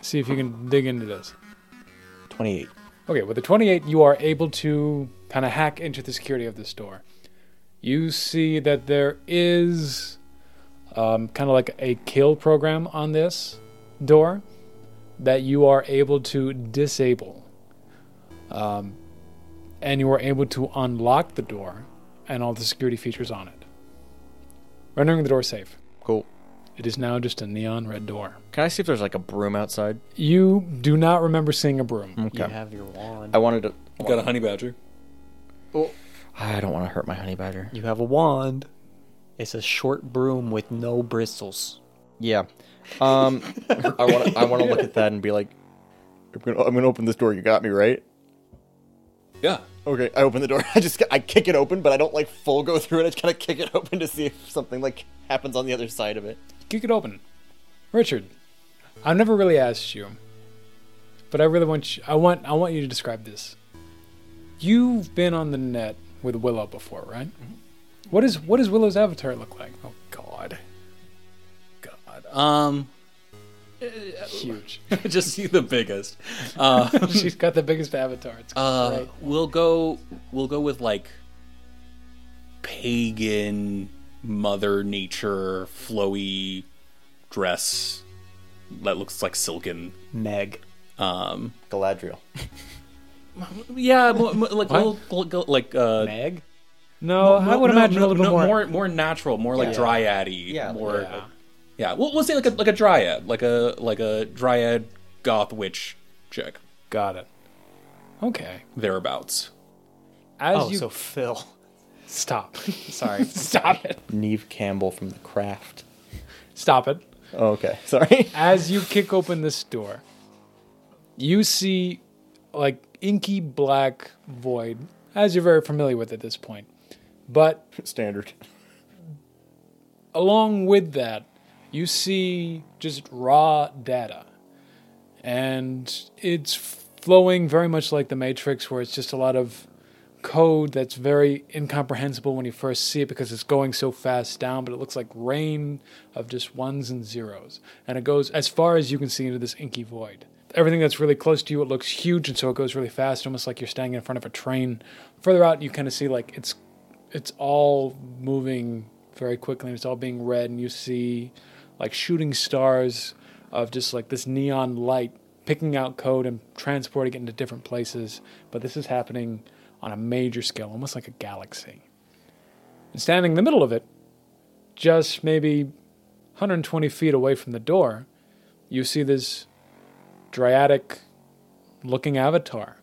A: See if you can dig into this.
C: 28.
A: Okay, with the 28, you are able to kind of hack into the security of this door. You see that there is um, kind of like a kill program on this door that you are able to disable. Um, and you are able to unlock the door and all the security features on it, rendering the door safe.
F: Cool.
A: It is now just a neon red door.
F: Can I see if there's like a broom outside?
A: You do not remember seeing a broom.
D: You have your wand.
F: I wanted to.
B: Got a honey badger.
C: I don't want to hurt my honey badger.
D: You have a wand. It's a short broom with no bristles.
F: Yeah. (laughs) Um, I want to. I want to look at that and be like, I'm gonna, I'm gonna open this door. You got me right.
B: Yeah.
F: Okay, I open the door. (laughs) I just I kick it open, but I don't like full go through it. I just kind of kick it (laughs) open to see if something like happens on the other side of it.
A: Kick it open. Richard, I've never really asked you, but I really want you, I want I want you to describe this. You've been on the net with Willow before, right? What is what does Willow's avatar look like? Oh God,
B: Um,
A: huge!
B: (laughs)
A: (laughs)
B: just see the biggest.
A: She's got the biggest avatar. It's
B: Uh,
A: great.
B: We'll go. We'll go with like pagan mother nature flowy dress that looks like silken.
D: Meg.
B: Um,
F: Galadriel.
B: yeah, mo- mo- like we'll, we'll go, like uh,
D: Meg?
A: No, I would
B: no,
A: imagine
B: no,
A: a little
B: no,
A: bit more.
B: more natural, more like dryad-y.
C: Yeah,
B: more.
A: yeah.
B: Yeah. We'll, we'll say like a like a dryad, like a like a dryad goth witch chick
A: Got it. Okay.
B: thereabouts.
A: As
D: Oh,
A: you
D: so Phil.
A: (laughs) stop. Sorry. stop it.
F: Neve Campbell from The Craft.
A: Stop it.
F: Oh, okay, (laughs) sorry.
A: as you kick open this door, you see like inky black void, as you're very familiar with at this point. But
E: (laughs)
F: Standard.
A: along with that, you see just raw data. And it's flowing very much like the Matrix, where it's just a lot of code that's very incomprehensible when you first see it because it's going so fast down, but it looks like rain of just ones and zeros. And it goes as far as you can see into this inky void. Everything that's really close to you, it looks huge, and so it goes really fast, almost like you're standing in front of a train. Further out, you kind of see like it's it's all moving very quickly and it's all being red and you see like shooting stars of just like this neon light picking out code and transporting it into different places but this is happening on a major scale almost like a galaxy and standing in the middle of it just maybe 120 feet away from the door you see this dryadic looking avatar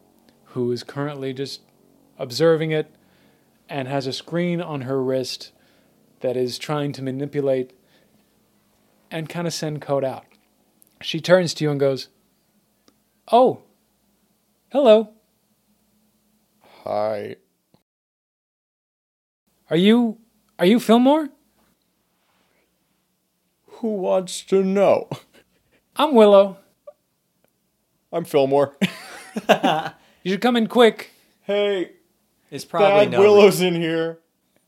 A: who is currently just observing it and has a screen on her wrist that is trying to manipulate and kind of send code out. She turns to you and goes, Oh, hello.
F: Hi.
A: Are you are you Fillmore?
E: Who wants to know? (laughs)
A: I'm Willow.
E: I'm Fillmore. (laughs)
A: You should come in quick.
E: hey,
D: It's probably
E: Dad
D: no.
E: Willow's in here.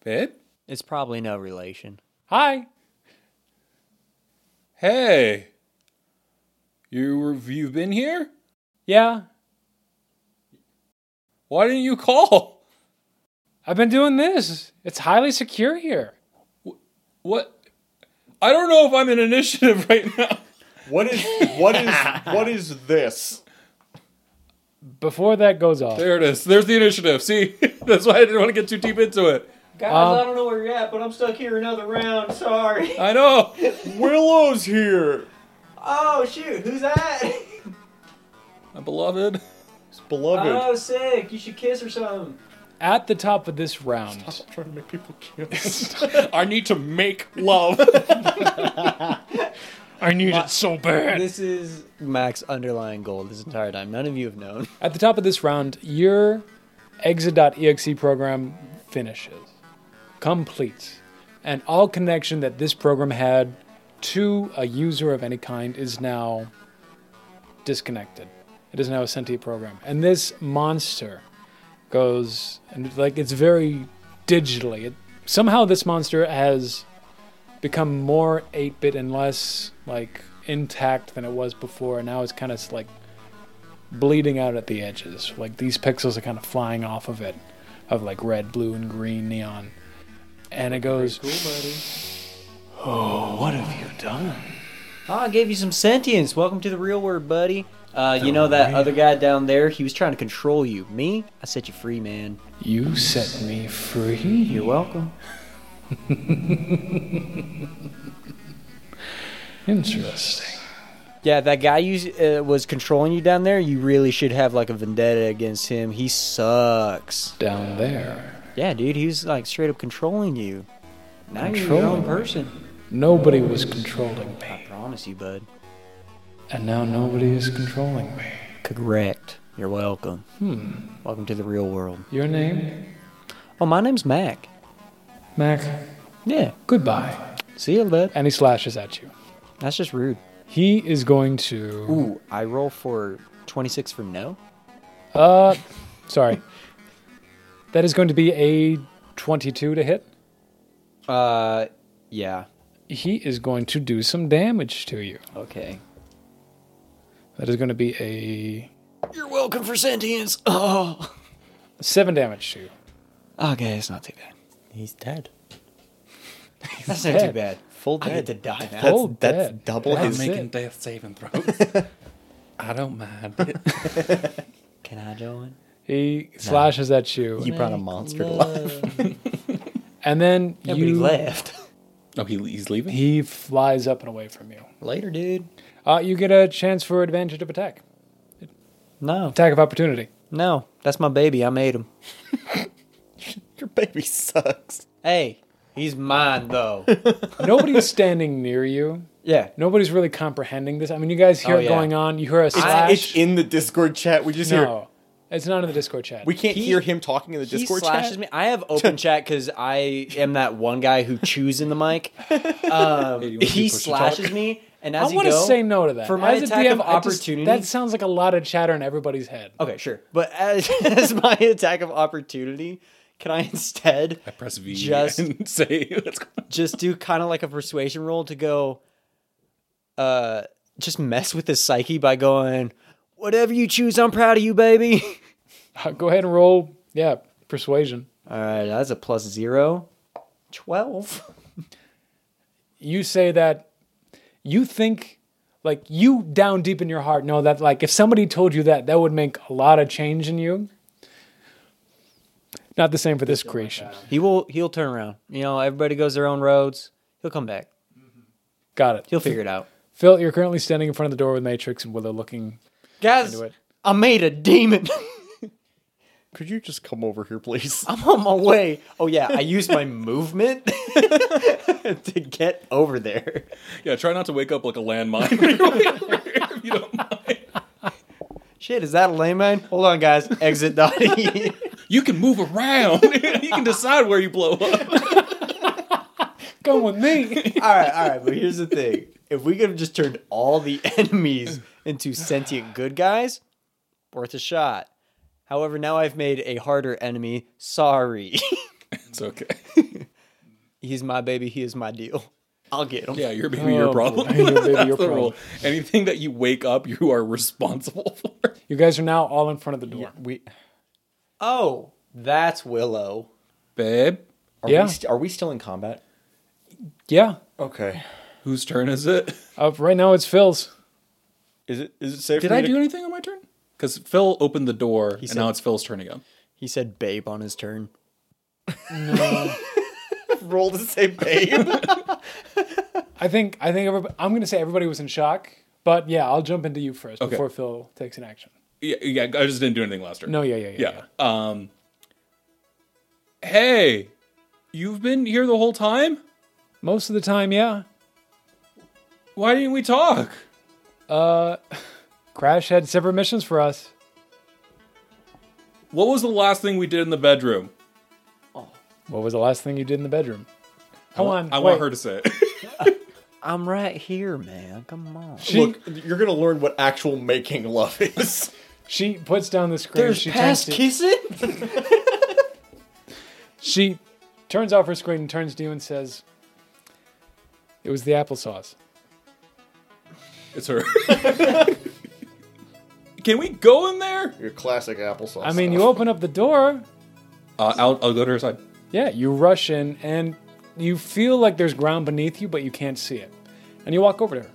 B: Babe?
D: It's probably no relation.
A: Hi.
B: Hey. You were, you've been here?
A: Yeah,
B: Why didn't you call?
A: I've been doing this. It's highly secure here.
B: What? I don't know if I'm in initiative (laughs) right now.
E: What is what is what is this?
A: Before that goes off,
B: There it is. There's the initiative. See? (laughs) That's why I didn't want to get too deep into it.
D: Guys,
A: Um, I
D: don't know where you're at, but I'm stuck here another round. Sorry.
B: I know.
E: Willow's here.
D: Oh shoot, who's that?
B: My beloved.
E: It's beloved.
D: Oh, sick. You should kiss or something.
A: at the top of this round,
E: trying to make people kiss.
B: I need to make love.
A: I need it so bad.
D: This is Max underlying gold this entire time. None of you have known.
A: At the top of this round, your exit.exe program finishes, completes, and all connection that this program had to a user of any kind is now disconnected. It is now a sentient program, and this monster goes and like it's very digitally. It, somehow, this monster has become more 8-bit and less like intact than it was before, and now it's kind of like bleeding out at the edges. Like these pixels are kind of flying off of it, of like red, blue, and green neon. And it goes, Oh, what have you done?
D: Oh, I gave you some sentience. Welcome to the real world, buddy. Uh, you know that other guy down there? He was trying to control you. Me? I set you free, man.
A: You set me free.
D: You're welcome.
A: Interesting.
D: Yeah, that guy you uh, was controlling you down there. You really should have like a vendetta against him. He sucks.
A: Down there,
D: Yeah, dude, he was like straight up controlling you. Now you're your
A: Controlling
D: own
A: me?
D: person.
A: nobody was controlling
D: I
A: me,
D: promise you, bud.
A: and now nobody is controlling me.
D: Correct. Hmm. You're welcome. Welcome to the real world.
A: Your name?
D: Oh, my name's Mac.
A: Mac.
D: Yeah.
A: Goodbye.
D: See you, bud.
A: And he slashes at you.
D: That's just rude.
A: He is going to.
D: Ooh, I roll for 26 for no.
A: Uh, sorry. That is going to be a 22 to hit.
D: Uh, yeah.
A: he is going to do some damage to you.
D: Okay.
A: That is going to be a
D: You're welcome for sentience. (laughs) Oh.
A: seven damage to you.
D: Okay, it's not too bad.
C: He's dead.
D: That's
A: not too
D: bad.
C: Full
D: I get
C: dead.
D: to die now.
C: That's,
A: Full
C: that's
A: dead.
C: double
A: That's
C: his.
A: it.
B: making death saving throws. (laughs) I don't mind. it.
D: Can I join?
A: He slashes at you,
C: You brought a monster
F: (laughs)
C: to life.
A: and then
D: Nobody
A: you
D: left.
B: Oh, he, he's leaving?
A: he flies up and away from you.
D: Later, dude.
A: Uh, you get a chance for advantage of attack,
D: No.
A: attack of opportunity.
D: No. That's my baby. I made him.
C: Your baby sucks.
D: Hey, he's mine, though.
A: Nobody's standing near you.
D: yeah.
A: Nobody's really comprehending this. I mean, you guys hear
D: Oh,
A: it
D: yeah.
A: going on. You hear a slash.
F: It's in the Discord chat. We just hear.
A: no, it's not in the Discord chat.
F: We can't
D: He-
F: hear him talking in the
D: He
F: Discord
D: slashes
F: chat.
D: me. I have open chat because I am that one guy who chews in the mic.
B: you
D: Um,
B: wanna do
D: he
B: push to
D: slashes me, and
A: I
D: as you
A: want to
D: go,
A: say no to that
D: for my
A: As a
D: attack
A: DM,
D: of
A: I just-
D: opportunity.
A: that sounds like a lot of chatter in everybody's head.
D: Okay, sure. But as, (laughs) as my attack of opportunity, can I instead
B: I press V (laughs)
D: Just-
B: and say, let's go.
D: just do kind of like a persuasion roll to go, uh, just mess with his psyche by going, whatever you choose, I'm proud of you, baby. (laughs)
A: Go ahead and roll. Yeah, persuasion.
D: All right, that's a plus zero. 12.
A: you say that you think like you down deep in your heart know that like if somebody told you that that would make a lot of change in you not the same for this creation
D: He will. He'll turn around. You know, everybody goes their own roads. He'll come back.
A: got it
D: He'll figure it out.
A: phil you're currently standing in front of the door with matrix and willow looking
D: Guys,
A: into it
D: I made a demon. (laughs)
F: Could you just come over here, please?
D: I'm on my way. Oh yeah, I used my movement (laughs) to get over there.
B: Yeah, try not to wake up like a landmine. when you're over here, (laughs) if you don't (laughs) mind.
D: Shit, is that a lame man? Hold on, guys. Exit (laughs) Dottie.
B: (laughs) You can move around. you can decide where you blow up.
A: Come with
B: (laughs)
A: me.
D: all right, all right, but here's the thing. If we could have just turned all the (laughs) enemies into sentient good guys, worth a shot. However, now I've made a harder enemy. Sorry. (laughs)
B: It's okay.
D: He's my baby, he is my deal. I'll get him.
B: Yeah, your baby,
A: Oh,
B: your problem.
A: boy. Your baby,
B: (laughs) That's
A: your
B: the
A: problem.
B: rule. Anything that you wake up, you are responsible (laughs) for.
A: You guys are now all in front of the door.
D: We Oh, that's Willow.
B: Babe,
C: Are,
A: Yeah.
C: we st- are we still in combat?
A: Yeah.
F: Okay.
B: whose turn is it?
A: Uh, right now it's Phil's.
E: Is it is it safe
B: Did
E: for me
B: I
E: to
B: do anything on my turn? Because Phil opened the door, and
D: said-
B: now it's Phil's turn again.
D: He said babe on his turn.
F: Roll to say babe.
D: (laughs)
A: I think I think everybody, I'm going to say everybody was in shock, but yeah, I'll jump into you first
B: Okay.
A: before Phil takes an action.
B: Yeah, yeah, I just didn't do anything last turn.
A: No, yeah, yeah, yeah.
B: yeah. Um. Hey, you've been here the whole time.
A: Most of the time, yeah.
B: Why didn't we talk?
A: Crash had separate missions for us.
B: What was the last thing we did in the bedroom?
A: What was the last thing you did in the bedroom? Come on.
B: I want
A: wait.
B: her to say (laughs) it.
D: I'm right here, man. Come on.
A: She,
F: Look, you're gonna learn what actual making love
E: (laughs)
F: is.
A: she puts down the screen. she turns to,
D: kissing?
A: She turns off her screen and turns to you and says, "It was the applesauce."
B: it's her. (laughs) Can we go in there?
F: Your classic applesauce.
A: I mean, you open up the door.
B: Uh, I'll, I'll go to her side.
A: Yeah, you rush in and you feel like there's ground beneath you, but you can't see it. And you walk over to her.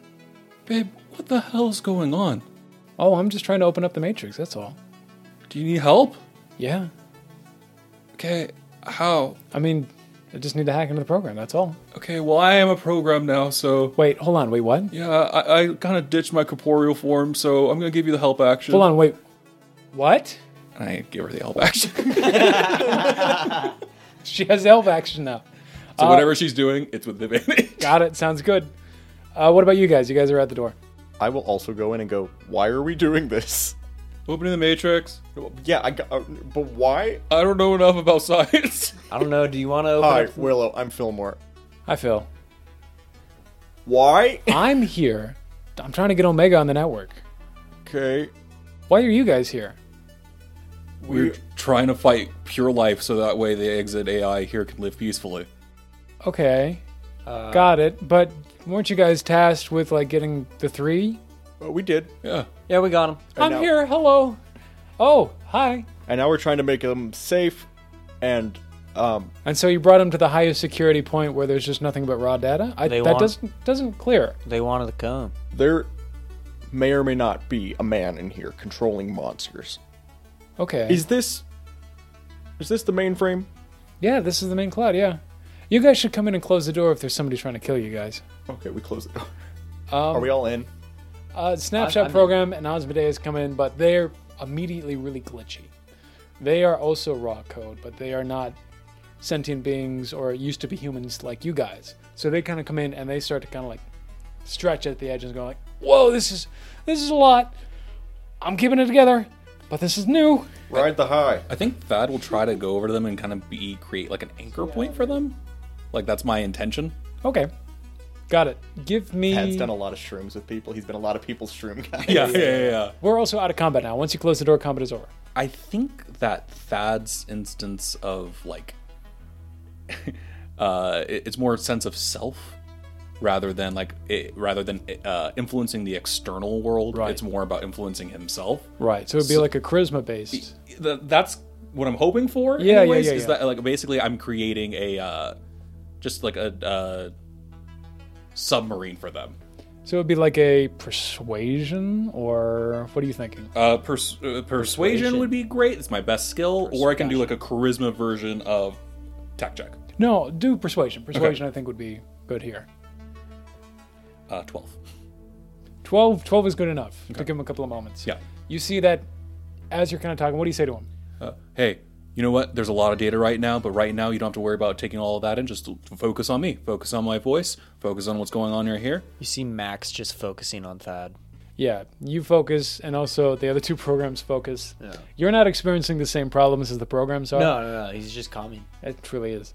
B: Babe, what the hell's going on?
A: Oh, I'm just trying to open up the matrix. That's all.
B: Do you need help?
A: Yeah.
B: Okay, how?
A: I mean, I just need to hack into the program. That's all.
B: Okay, well, I am a program now, so
A: Wait, hold on. Wait, what?
B: yeah, I, I kind of ditched my corporeal form, so I'm gonna give you the help action.
A: Hold on. Wait. What?
B: And I give her the help action.
A: (laughs)
B: (laughs)
A: She has elf action now. Uh,
B: so whatever she's doing, it's with advantage.
A: Got it. Sounds good. Uh, what about you guys? You guys are at the door.
E: I will also go in and go, why are we doing this?
B: (laughs) Opening the matrix.
E: Yeah, I got, uh, but why?
B: I don't know enough about (laughs) science.
D: I don't know. Do you want to open
E: Hi,
D: up?
E: Willow, I'm Fillmore.
A: Hi,
D: (laughs)
A: Phil.
E: Why?
A: I'm here. I'm trying to get Omega on the network.
E: (laughs) Okay.
A: Why are you guys here?
B: We're trying to fight pure life so that way the exit AI here can live peacefully.
A: Okay.
D: Uh,
A: Got it. But weren't you guys tasked with like getting the three?
E: Well, we did.
B: Yeah.
D: Yeah, we got him.
A: I'm
E: now-
A: here. Hello. Oh, hi.
E: And now we're trying to make them safe and, um,
A: And so you brought him to the highest security point where there's just nothing but raw data. I,
D: They
A: that
D: want-
A: doesn't doesn't clear.
D: They wanted to come.
E: there may or may not be a man in here controlling monsters.
A: Okay.
E: Is this. Is this the mainframe?
A: yeah, this is the main cloud. Yeah. You guys should come in and close the door if there's somebody trying to kill you guys.
E: Okay, we close the (laughs)
A: Um,
E: door. Are we all in?
A: Uh, Snapshot
D: I'm-
A: program and Osmodeus come in, but they're immediately really glitchy. They are also raw code, but they are not sentient beings or used to be humans like you guys. So they kind of come in and they start to kind of like stretch at the edges, going like, "Whoa, this is this is a lot. I'm keeping it together, but this is new."
F: ride the high.
B: I think Thad will try to go over to them and kind of be create like an anchor point for them. Like that's my intention.
A: Okay, got it. Give me.
F: Tad's done a lot of shrooms with people. He's been a lot of people's shroom guy.
B: Yeah, yeah, yeah.
A: We're also out of combat now. Once you close the door, combat is over.
B: I think that Thad's instance of like (laughs) uh it- it's more a sense of self rather than like it, rather than uh influencing the external world.
A: Right.
B: It's more about influencing himself.
A: Right. So it'd be like a charisma based.
B: Th that's what I'm hoping for.
A: Yeah, yeah,
B: anyways,
A: yeah,
B: Is
A: yeah.
B: that like basically I'm creating a uh, just like a uh, submarine for them.
A: So it'd be like a persuasion, or what are you thinking?
B: Uh, pers- uh, persuasion, would be great. It's my best skill, or I can do like a charisma version of tech check.
A: No, do persuasion. Persuasion, I think, would be good here.
B: Uh, Twelve.
A: 12, 12 is good enough to give him a couple of moments.
B: Yeah.
A: You see that as you're kind of talking, what do you say to him?
B: Uh, hey, you know what? There's a lot of data right now, but right now you don't have to worry about taking all of that in. Just focus on me. Focus on my voice. Focus on what's going on right here.
D: You see Max just focusing on Thad.
A: Yeah, you focus, and also the other two (laughs) programs focus. You're not experiencing the same problems as the programs are.
D: No, no, no. He's just calming.
A: It truly is.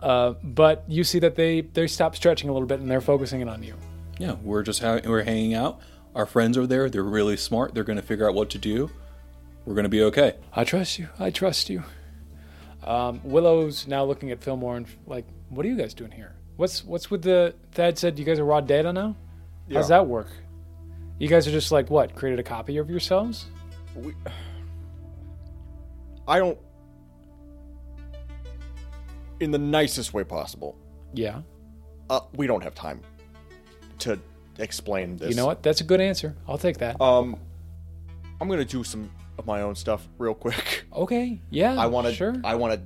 A: Uh, but you see that they they stop stretching a little bit and they're focusing it on you.
B: Yeah, we're just ha- we're hanging out. Our friends are there. They're really smart. They're going to figure out what to do. We're going to be okay.
A: I trust you. I trust you. Um, Willow's now looking at Fillmore and like, what are you guys doing here? What's what's with the Thad said you guys are raw data now? How's that work? You guys are just like what? Created a copy of yourselves?
E: We, (laughs) I don't. In the nicest way possible.
A: Yeah.
E: Uh, we don't have time to explain this.
A: You know what? That's a good answer. I'll take that.
E: Um, I'm gonna do some of my own stuff real quick.
A: okay. Yeah.
F: I want to.
A: Sure.
F: I want to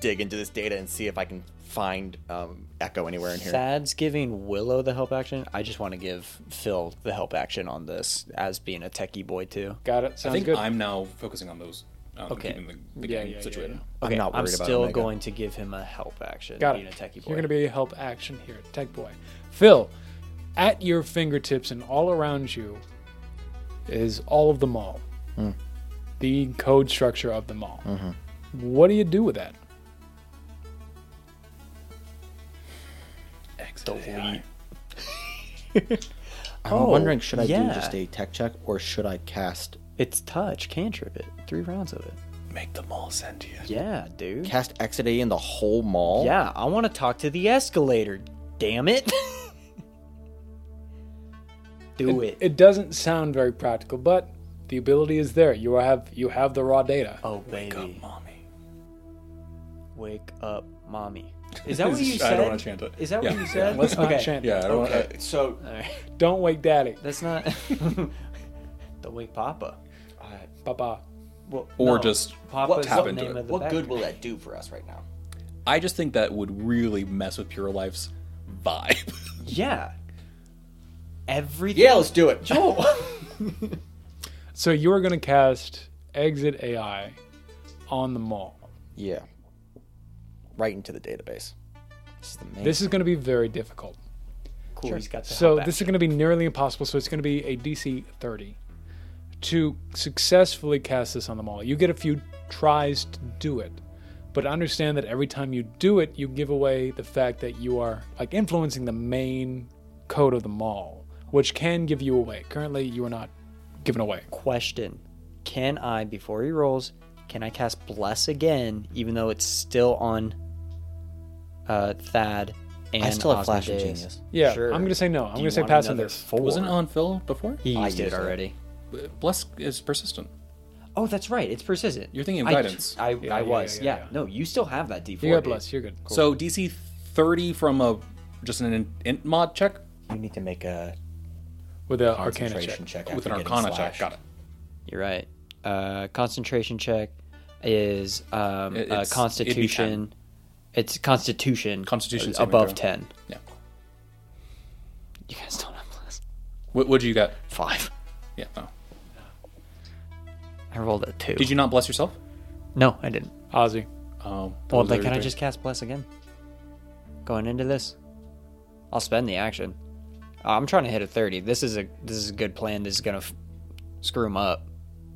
F: dig into this data and see if I can find um, Echo anywhere in here.
D: Thad's giving Willow the help action. I just want to give Phil the help action on this as being a techie boy too.
A: Got it.
B: I
A: Sounds
B: think
A: good.
B: I'm now focusing on those. Um,
D: Okay.
B: Keeping the, the
A: Yeah,
B: game
A: yeah, yeah,
B: situated.
A: yeah.
D: Okay,
F: not
D: I'm
F: worried about
D: still
F: Omega.
D: going to give him a help action.
A: Got
D: being
A: it.
D: a techie boy.
A: You're going to be a help action here, Tech Boy. Phil, at your fingertips and all around you is all of the mall, the code structure of the mall. What do you do with that?
C: I'm
D: Oh,
C: wondering, should (laughs) I
D: yeah.
C: do just a tech check or should I cast
D: It's touch, cantrip it. Three rounds of it.
B: Make them all send you.
D: Yeah, dude.
C: cast Exoday in the whole mall?
D: Yeah, I want to talk to the escalator. Damn it. (laughs) Do it.
A: It doesn't sound very practical, but the ability is there. You have you have the raw data.
D: Oh,
B: Wake up,
D: baby.
B: mommy.
D: Wake up, mommy. Is that what
B: (laughs)
D: you
B: I
D: said?
B: don't want to chant it.
D: Is that
B: yeah.
D: what you said?
B: Yeah, let's not-
A: Okay.
D: okay.
A: Chant.
B: yeah I don't
D: Okay.
B: wanna,
D: So
A: Don't wake daddy,
D: that's not. (laughs) don't wake Papa.
A: Papa.
D: Well,
B: Or
D: no,
B: just
D: Papa's
B: tap
D: the
B: into
D: name
B: it.
D: of the
F: What
D: back-
F: good will that do for us right now?
B: I just think that would really mess with Pure Life's vibe.
D: Yeah. Everything.
F: Yeah, let's do it. Joel.
A: So you are going to cast Exit AI on the mall.
F: (laughs) yeah. Right into the database.
C: This is the main.
A: This is going to be very difficult.
D: Cool. He's got the
A: So
D: help
A: this is
D: action.
A: going to be nearly impossible. So it's going to be a DC 30 to successfully cast this on the mall. You get a few tries to do it, but understand that every time you do it, you give away the fact that you are like influencing the main code of the mall, which can give you away. Currently, you are not given away.
D: question. Can I, before he rolls, can I cast Bless again, even though it's still on uh, Thad and
C: I still have
D: Osmodeus?
C: Flash of Genius.
A: Yeah,
D: Sure.
A: I'm going to say no. I'm
D: Do
A: going
D: you
A: to say
D: want
A: pass on
D: another
A: this.
D: Four?
B: Wasn't it on Phil before?
D: He
C: I
D: used it
C: used it.
D: already.
B: Bless is persistent.
D: Oh, that's right. It's persistent.
B: You're thinking of
D: I-
B: guidance.
D: I, I,
A: Yeah, yeah,
D: was.
A: yeah,
D: Yeah,
A: yeah.
D: No, you still have that D4.
A: You got
D: dude.
A: blessed. You're good.
B: So DC 30 from a just an int- int mod check
C: You need to make a
A: With the Arcana check.
C: concentration check.
B: with
C: after
B: an
C: getting
B: Arcana check.
C: slashed.
B: Got it.
D: You're right. Uh, concentration check is um,
B: It- it's-
D: uh,
B: it'd
D: Constitution. It's Constitution.
B: Constitution saving
D: above
B: throw.
D: ten.
B: Yeah.
D: You guys don't have plus
B: What would you got?
D: five.
B: Yeah. Oh.
D: I rolled a two.
B: Did you not bless yourself?
D: No, I didn't.
A: Ozzy.
B: Oh.
D: Well, then can I just cast bless again? Going into this, I'll spend the action. Uh, I'm trying to hit a thirty. This is a this is a good plan. This is gonna f- screw him up.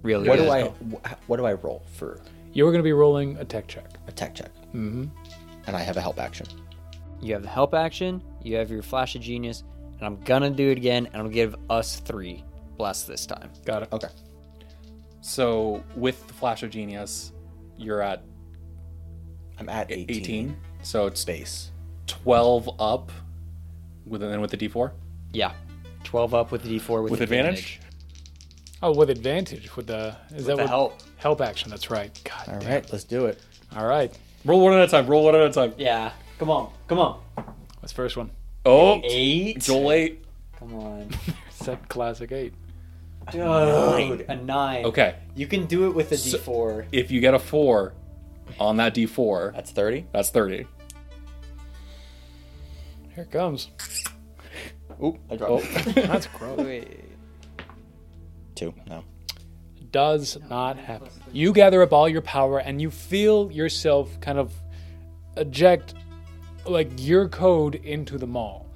D: Really.
C: What
D: good.
C: do I? wh- What do I roll for
A: You're going to be rolling a tech check.
C: a tech check? Mm-hmm. And I have a help action.
D: You have the help action, you have your flash of genius, and I'm gonna do it again, and I'll give us three bless this time.
A: Got it.
C: Okay.
B: So with the flash of genius, you're at
C: I'm at
B: 18.
C: 18.
B: So it's
C: Base.
B: 12 up with and then with the d4
D: Yeah. 12 up with the D4 with,
B: with advantage.
A: Oh, with advantage. With the is that
D: The
A: what
D: help.
A: help action? That's right. God.
C: All right, let's do it.
A: All right.
B: Roll one at a time. Roll one at a time.
D: Yeah. Come on. Come on.
A: What's first one?
B: Oh,
D: Eight.
B: Joel 8.
D: Come on.
A: It's that classic eight.
D: Dude, a nine.
B: Okay.
D: You can do it with a
B: So-
D: D4.
B: If you get a 4 on that d4,
C: That's 30.
B: that's 30.
A: Here it comes.
F: Oop, I dropped.
B: Oh.
F: it.
A: That's gross.
D: Wait.
C: Two. No.
A: Does not happen. You gather up all your power and you feel yourself kind of eject like your code into the mall.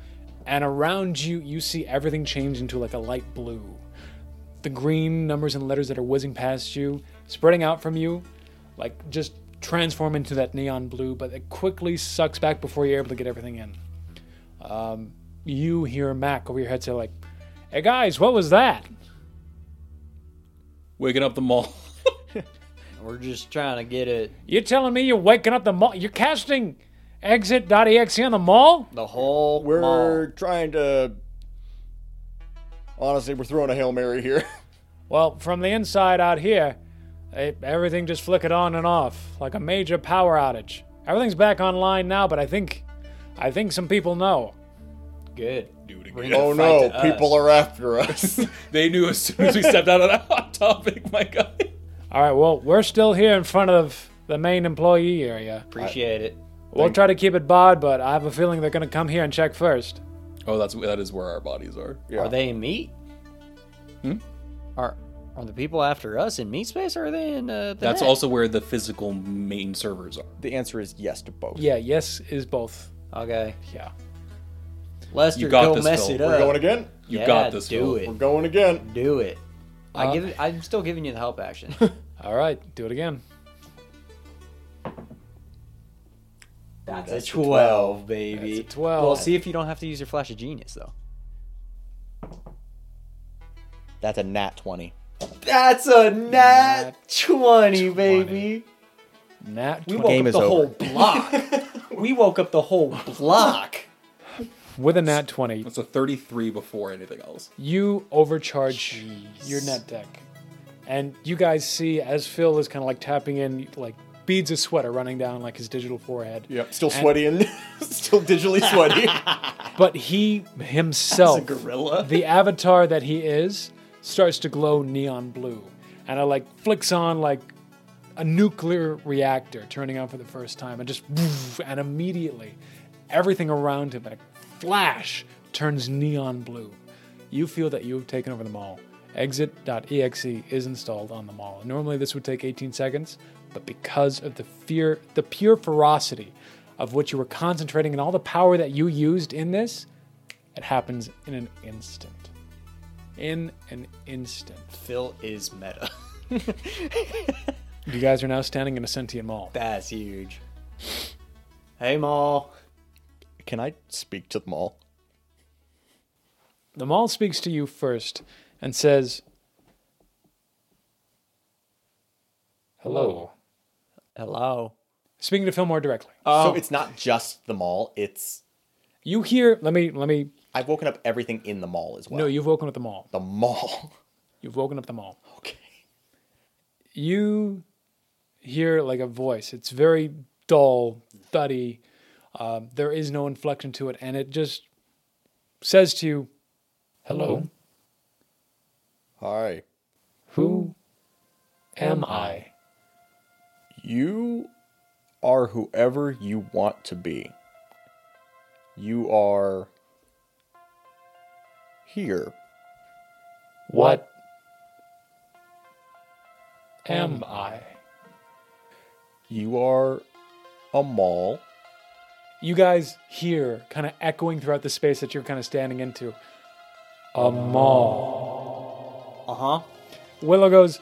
A: And around you, you see everything change into like a light blue. The green numbers and letters that are whizzing past you, spreading out from you, like just transform into that neon blue, but it quickly sucks back before you're able to get everything in. Um, you hear Mac over your head say like, "Hey guys, what was that?"
B: Waking up the mall.
D: We're just trying to get it
A: You're telling me you're waking up the mall? You're casting exit.exe on the mall?
D: the whole
E: We're
D: mall.
E: trying to. Honestly, we're throwing a hail mary here.
D: (laughs)
A: Well, from the inside out here, it, everything just flickered on and off like a major power outage. Everything's back online now, but I think, I think some people know.
D: Good.
B: (laughs)
E: oh no, people are
D: (laughs)
E: after us.
B: They knew as soon as we stepped out of that hot topic, my guy.
A: All right, well, we're still here in front of the main employee area.
D: Appreciate it.
A: We'll try to keep it barred, but I have a feeling they're going to come here and check first.
B: Oh, that's that is where our bodies are.
D: Are they in meat?
B: Hmm?
D: Are are the people after us in meat space? Or are they in? Uh, the
B: That's
D: net?
B: also where the physical main servers are.
F: The answer is yes to both.
A: Yeah, yes is both.
D: Okay,
A: Yeah.
D: Lester,
B: You got
D: go
B: this,
D: mess
B: Phil.
D: it
B: We're
D: up.
E: We're going again.
B: You
D: Yeah,
B: got this.
D: Do
B: Phil.
E: We're
D: it.
E: going again.
D: Do it.
A: Uh,
D: I give. I'm still giving you the
B: (laughs)
D: help action.
A: All right, do it again.
D: That's a twelve, baby.
A: That's a 12.
D: Well, see if you don't have to use your flash of genius though.
F: That's a nat 20.
D: That's a nat,
A: Nat
D: 20,
A: 20. Nat 20.
D: We woke
F: Game
D: up
F: is
D: the
F: over.
D: whole block. (laughs) we woke up the whole block.
A: With a nat 20,
B: That's a 33 before anything else.
A: you overcharge your net deck. And you guys see as Phil is kind of like tapping in, like beads of sweat are running down like his digital forehead.
E: Yep, still sweaty
F: (laughs)
E: and still digitally
C: (laughs)
E: sweaty.
A: But he himself,
D: gorilla.
A: (laughs) the avatar that he is, starts to glow neon blue. And it like flicks on like a nuclear reactor turning on for the first time and just woof, and immediately everything around him in a flash turns neon blue. You feel that you've taken over the mall. Exit.exe is installed on the mall. Normally this would take 18 seconds, but because of the fear, the pure ferocity of what you were concentrating and all the power that you used in this, it happens in an instant. In an instant.
D: Phil is meta. (laughs)
A: You guys are now standing in a sentient mall.
D: That's huge. Hey, Maul.
F: Can I speak to them all?
A: The mall speaks to you first and says, Hello.
D: Hello.
A: Speaking to Phil more directly.
C: Oh.
F: So it's not just the mall, it's.
A: you hear, let me, let me,
F: I've woken up everything in the mall as well. (laughs)
A: no, you've woken up the mall.
F: The mall.
A: You've woken up the mall.
F: Okay.
A: You hear like a voice. It's very dull, thuddy. Um, there is no inflection to it. And it just says to you, Hello.
E: Hi.
A: Who am I?
E: You are whoever you want to be. You are here.
A: What am I?
E: You are a mall.
A: you guys hear kind of echoing throughout the space that you're kind of standing into a mall.
D: Uh huh.
A: Willow goes,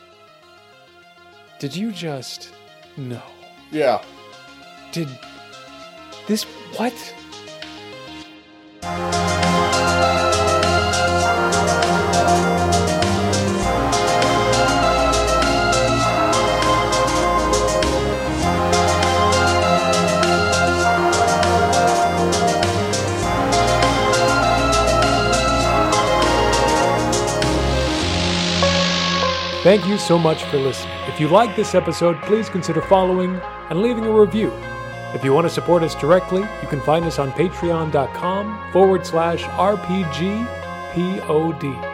A: Did you just. No.
E: Yeah.
A: Did. This. What? Thank you so much for listening. If you like this episode, please consider following and leaving a review. If you want to support us directly, you can find us on patreon.com forward slash RPGPOD.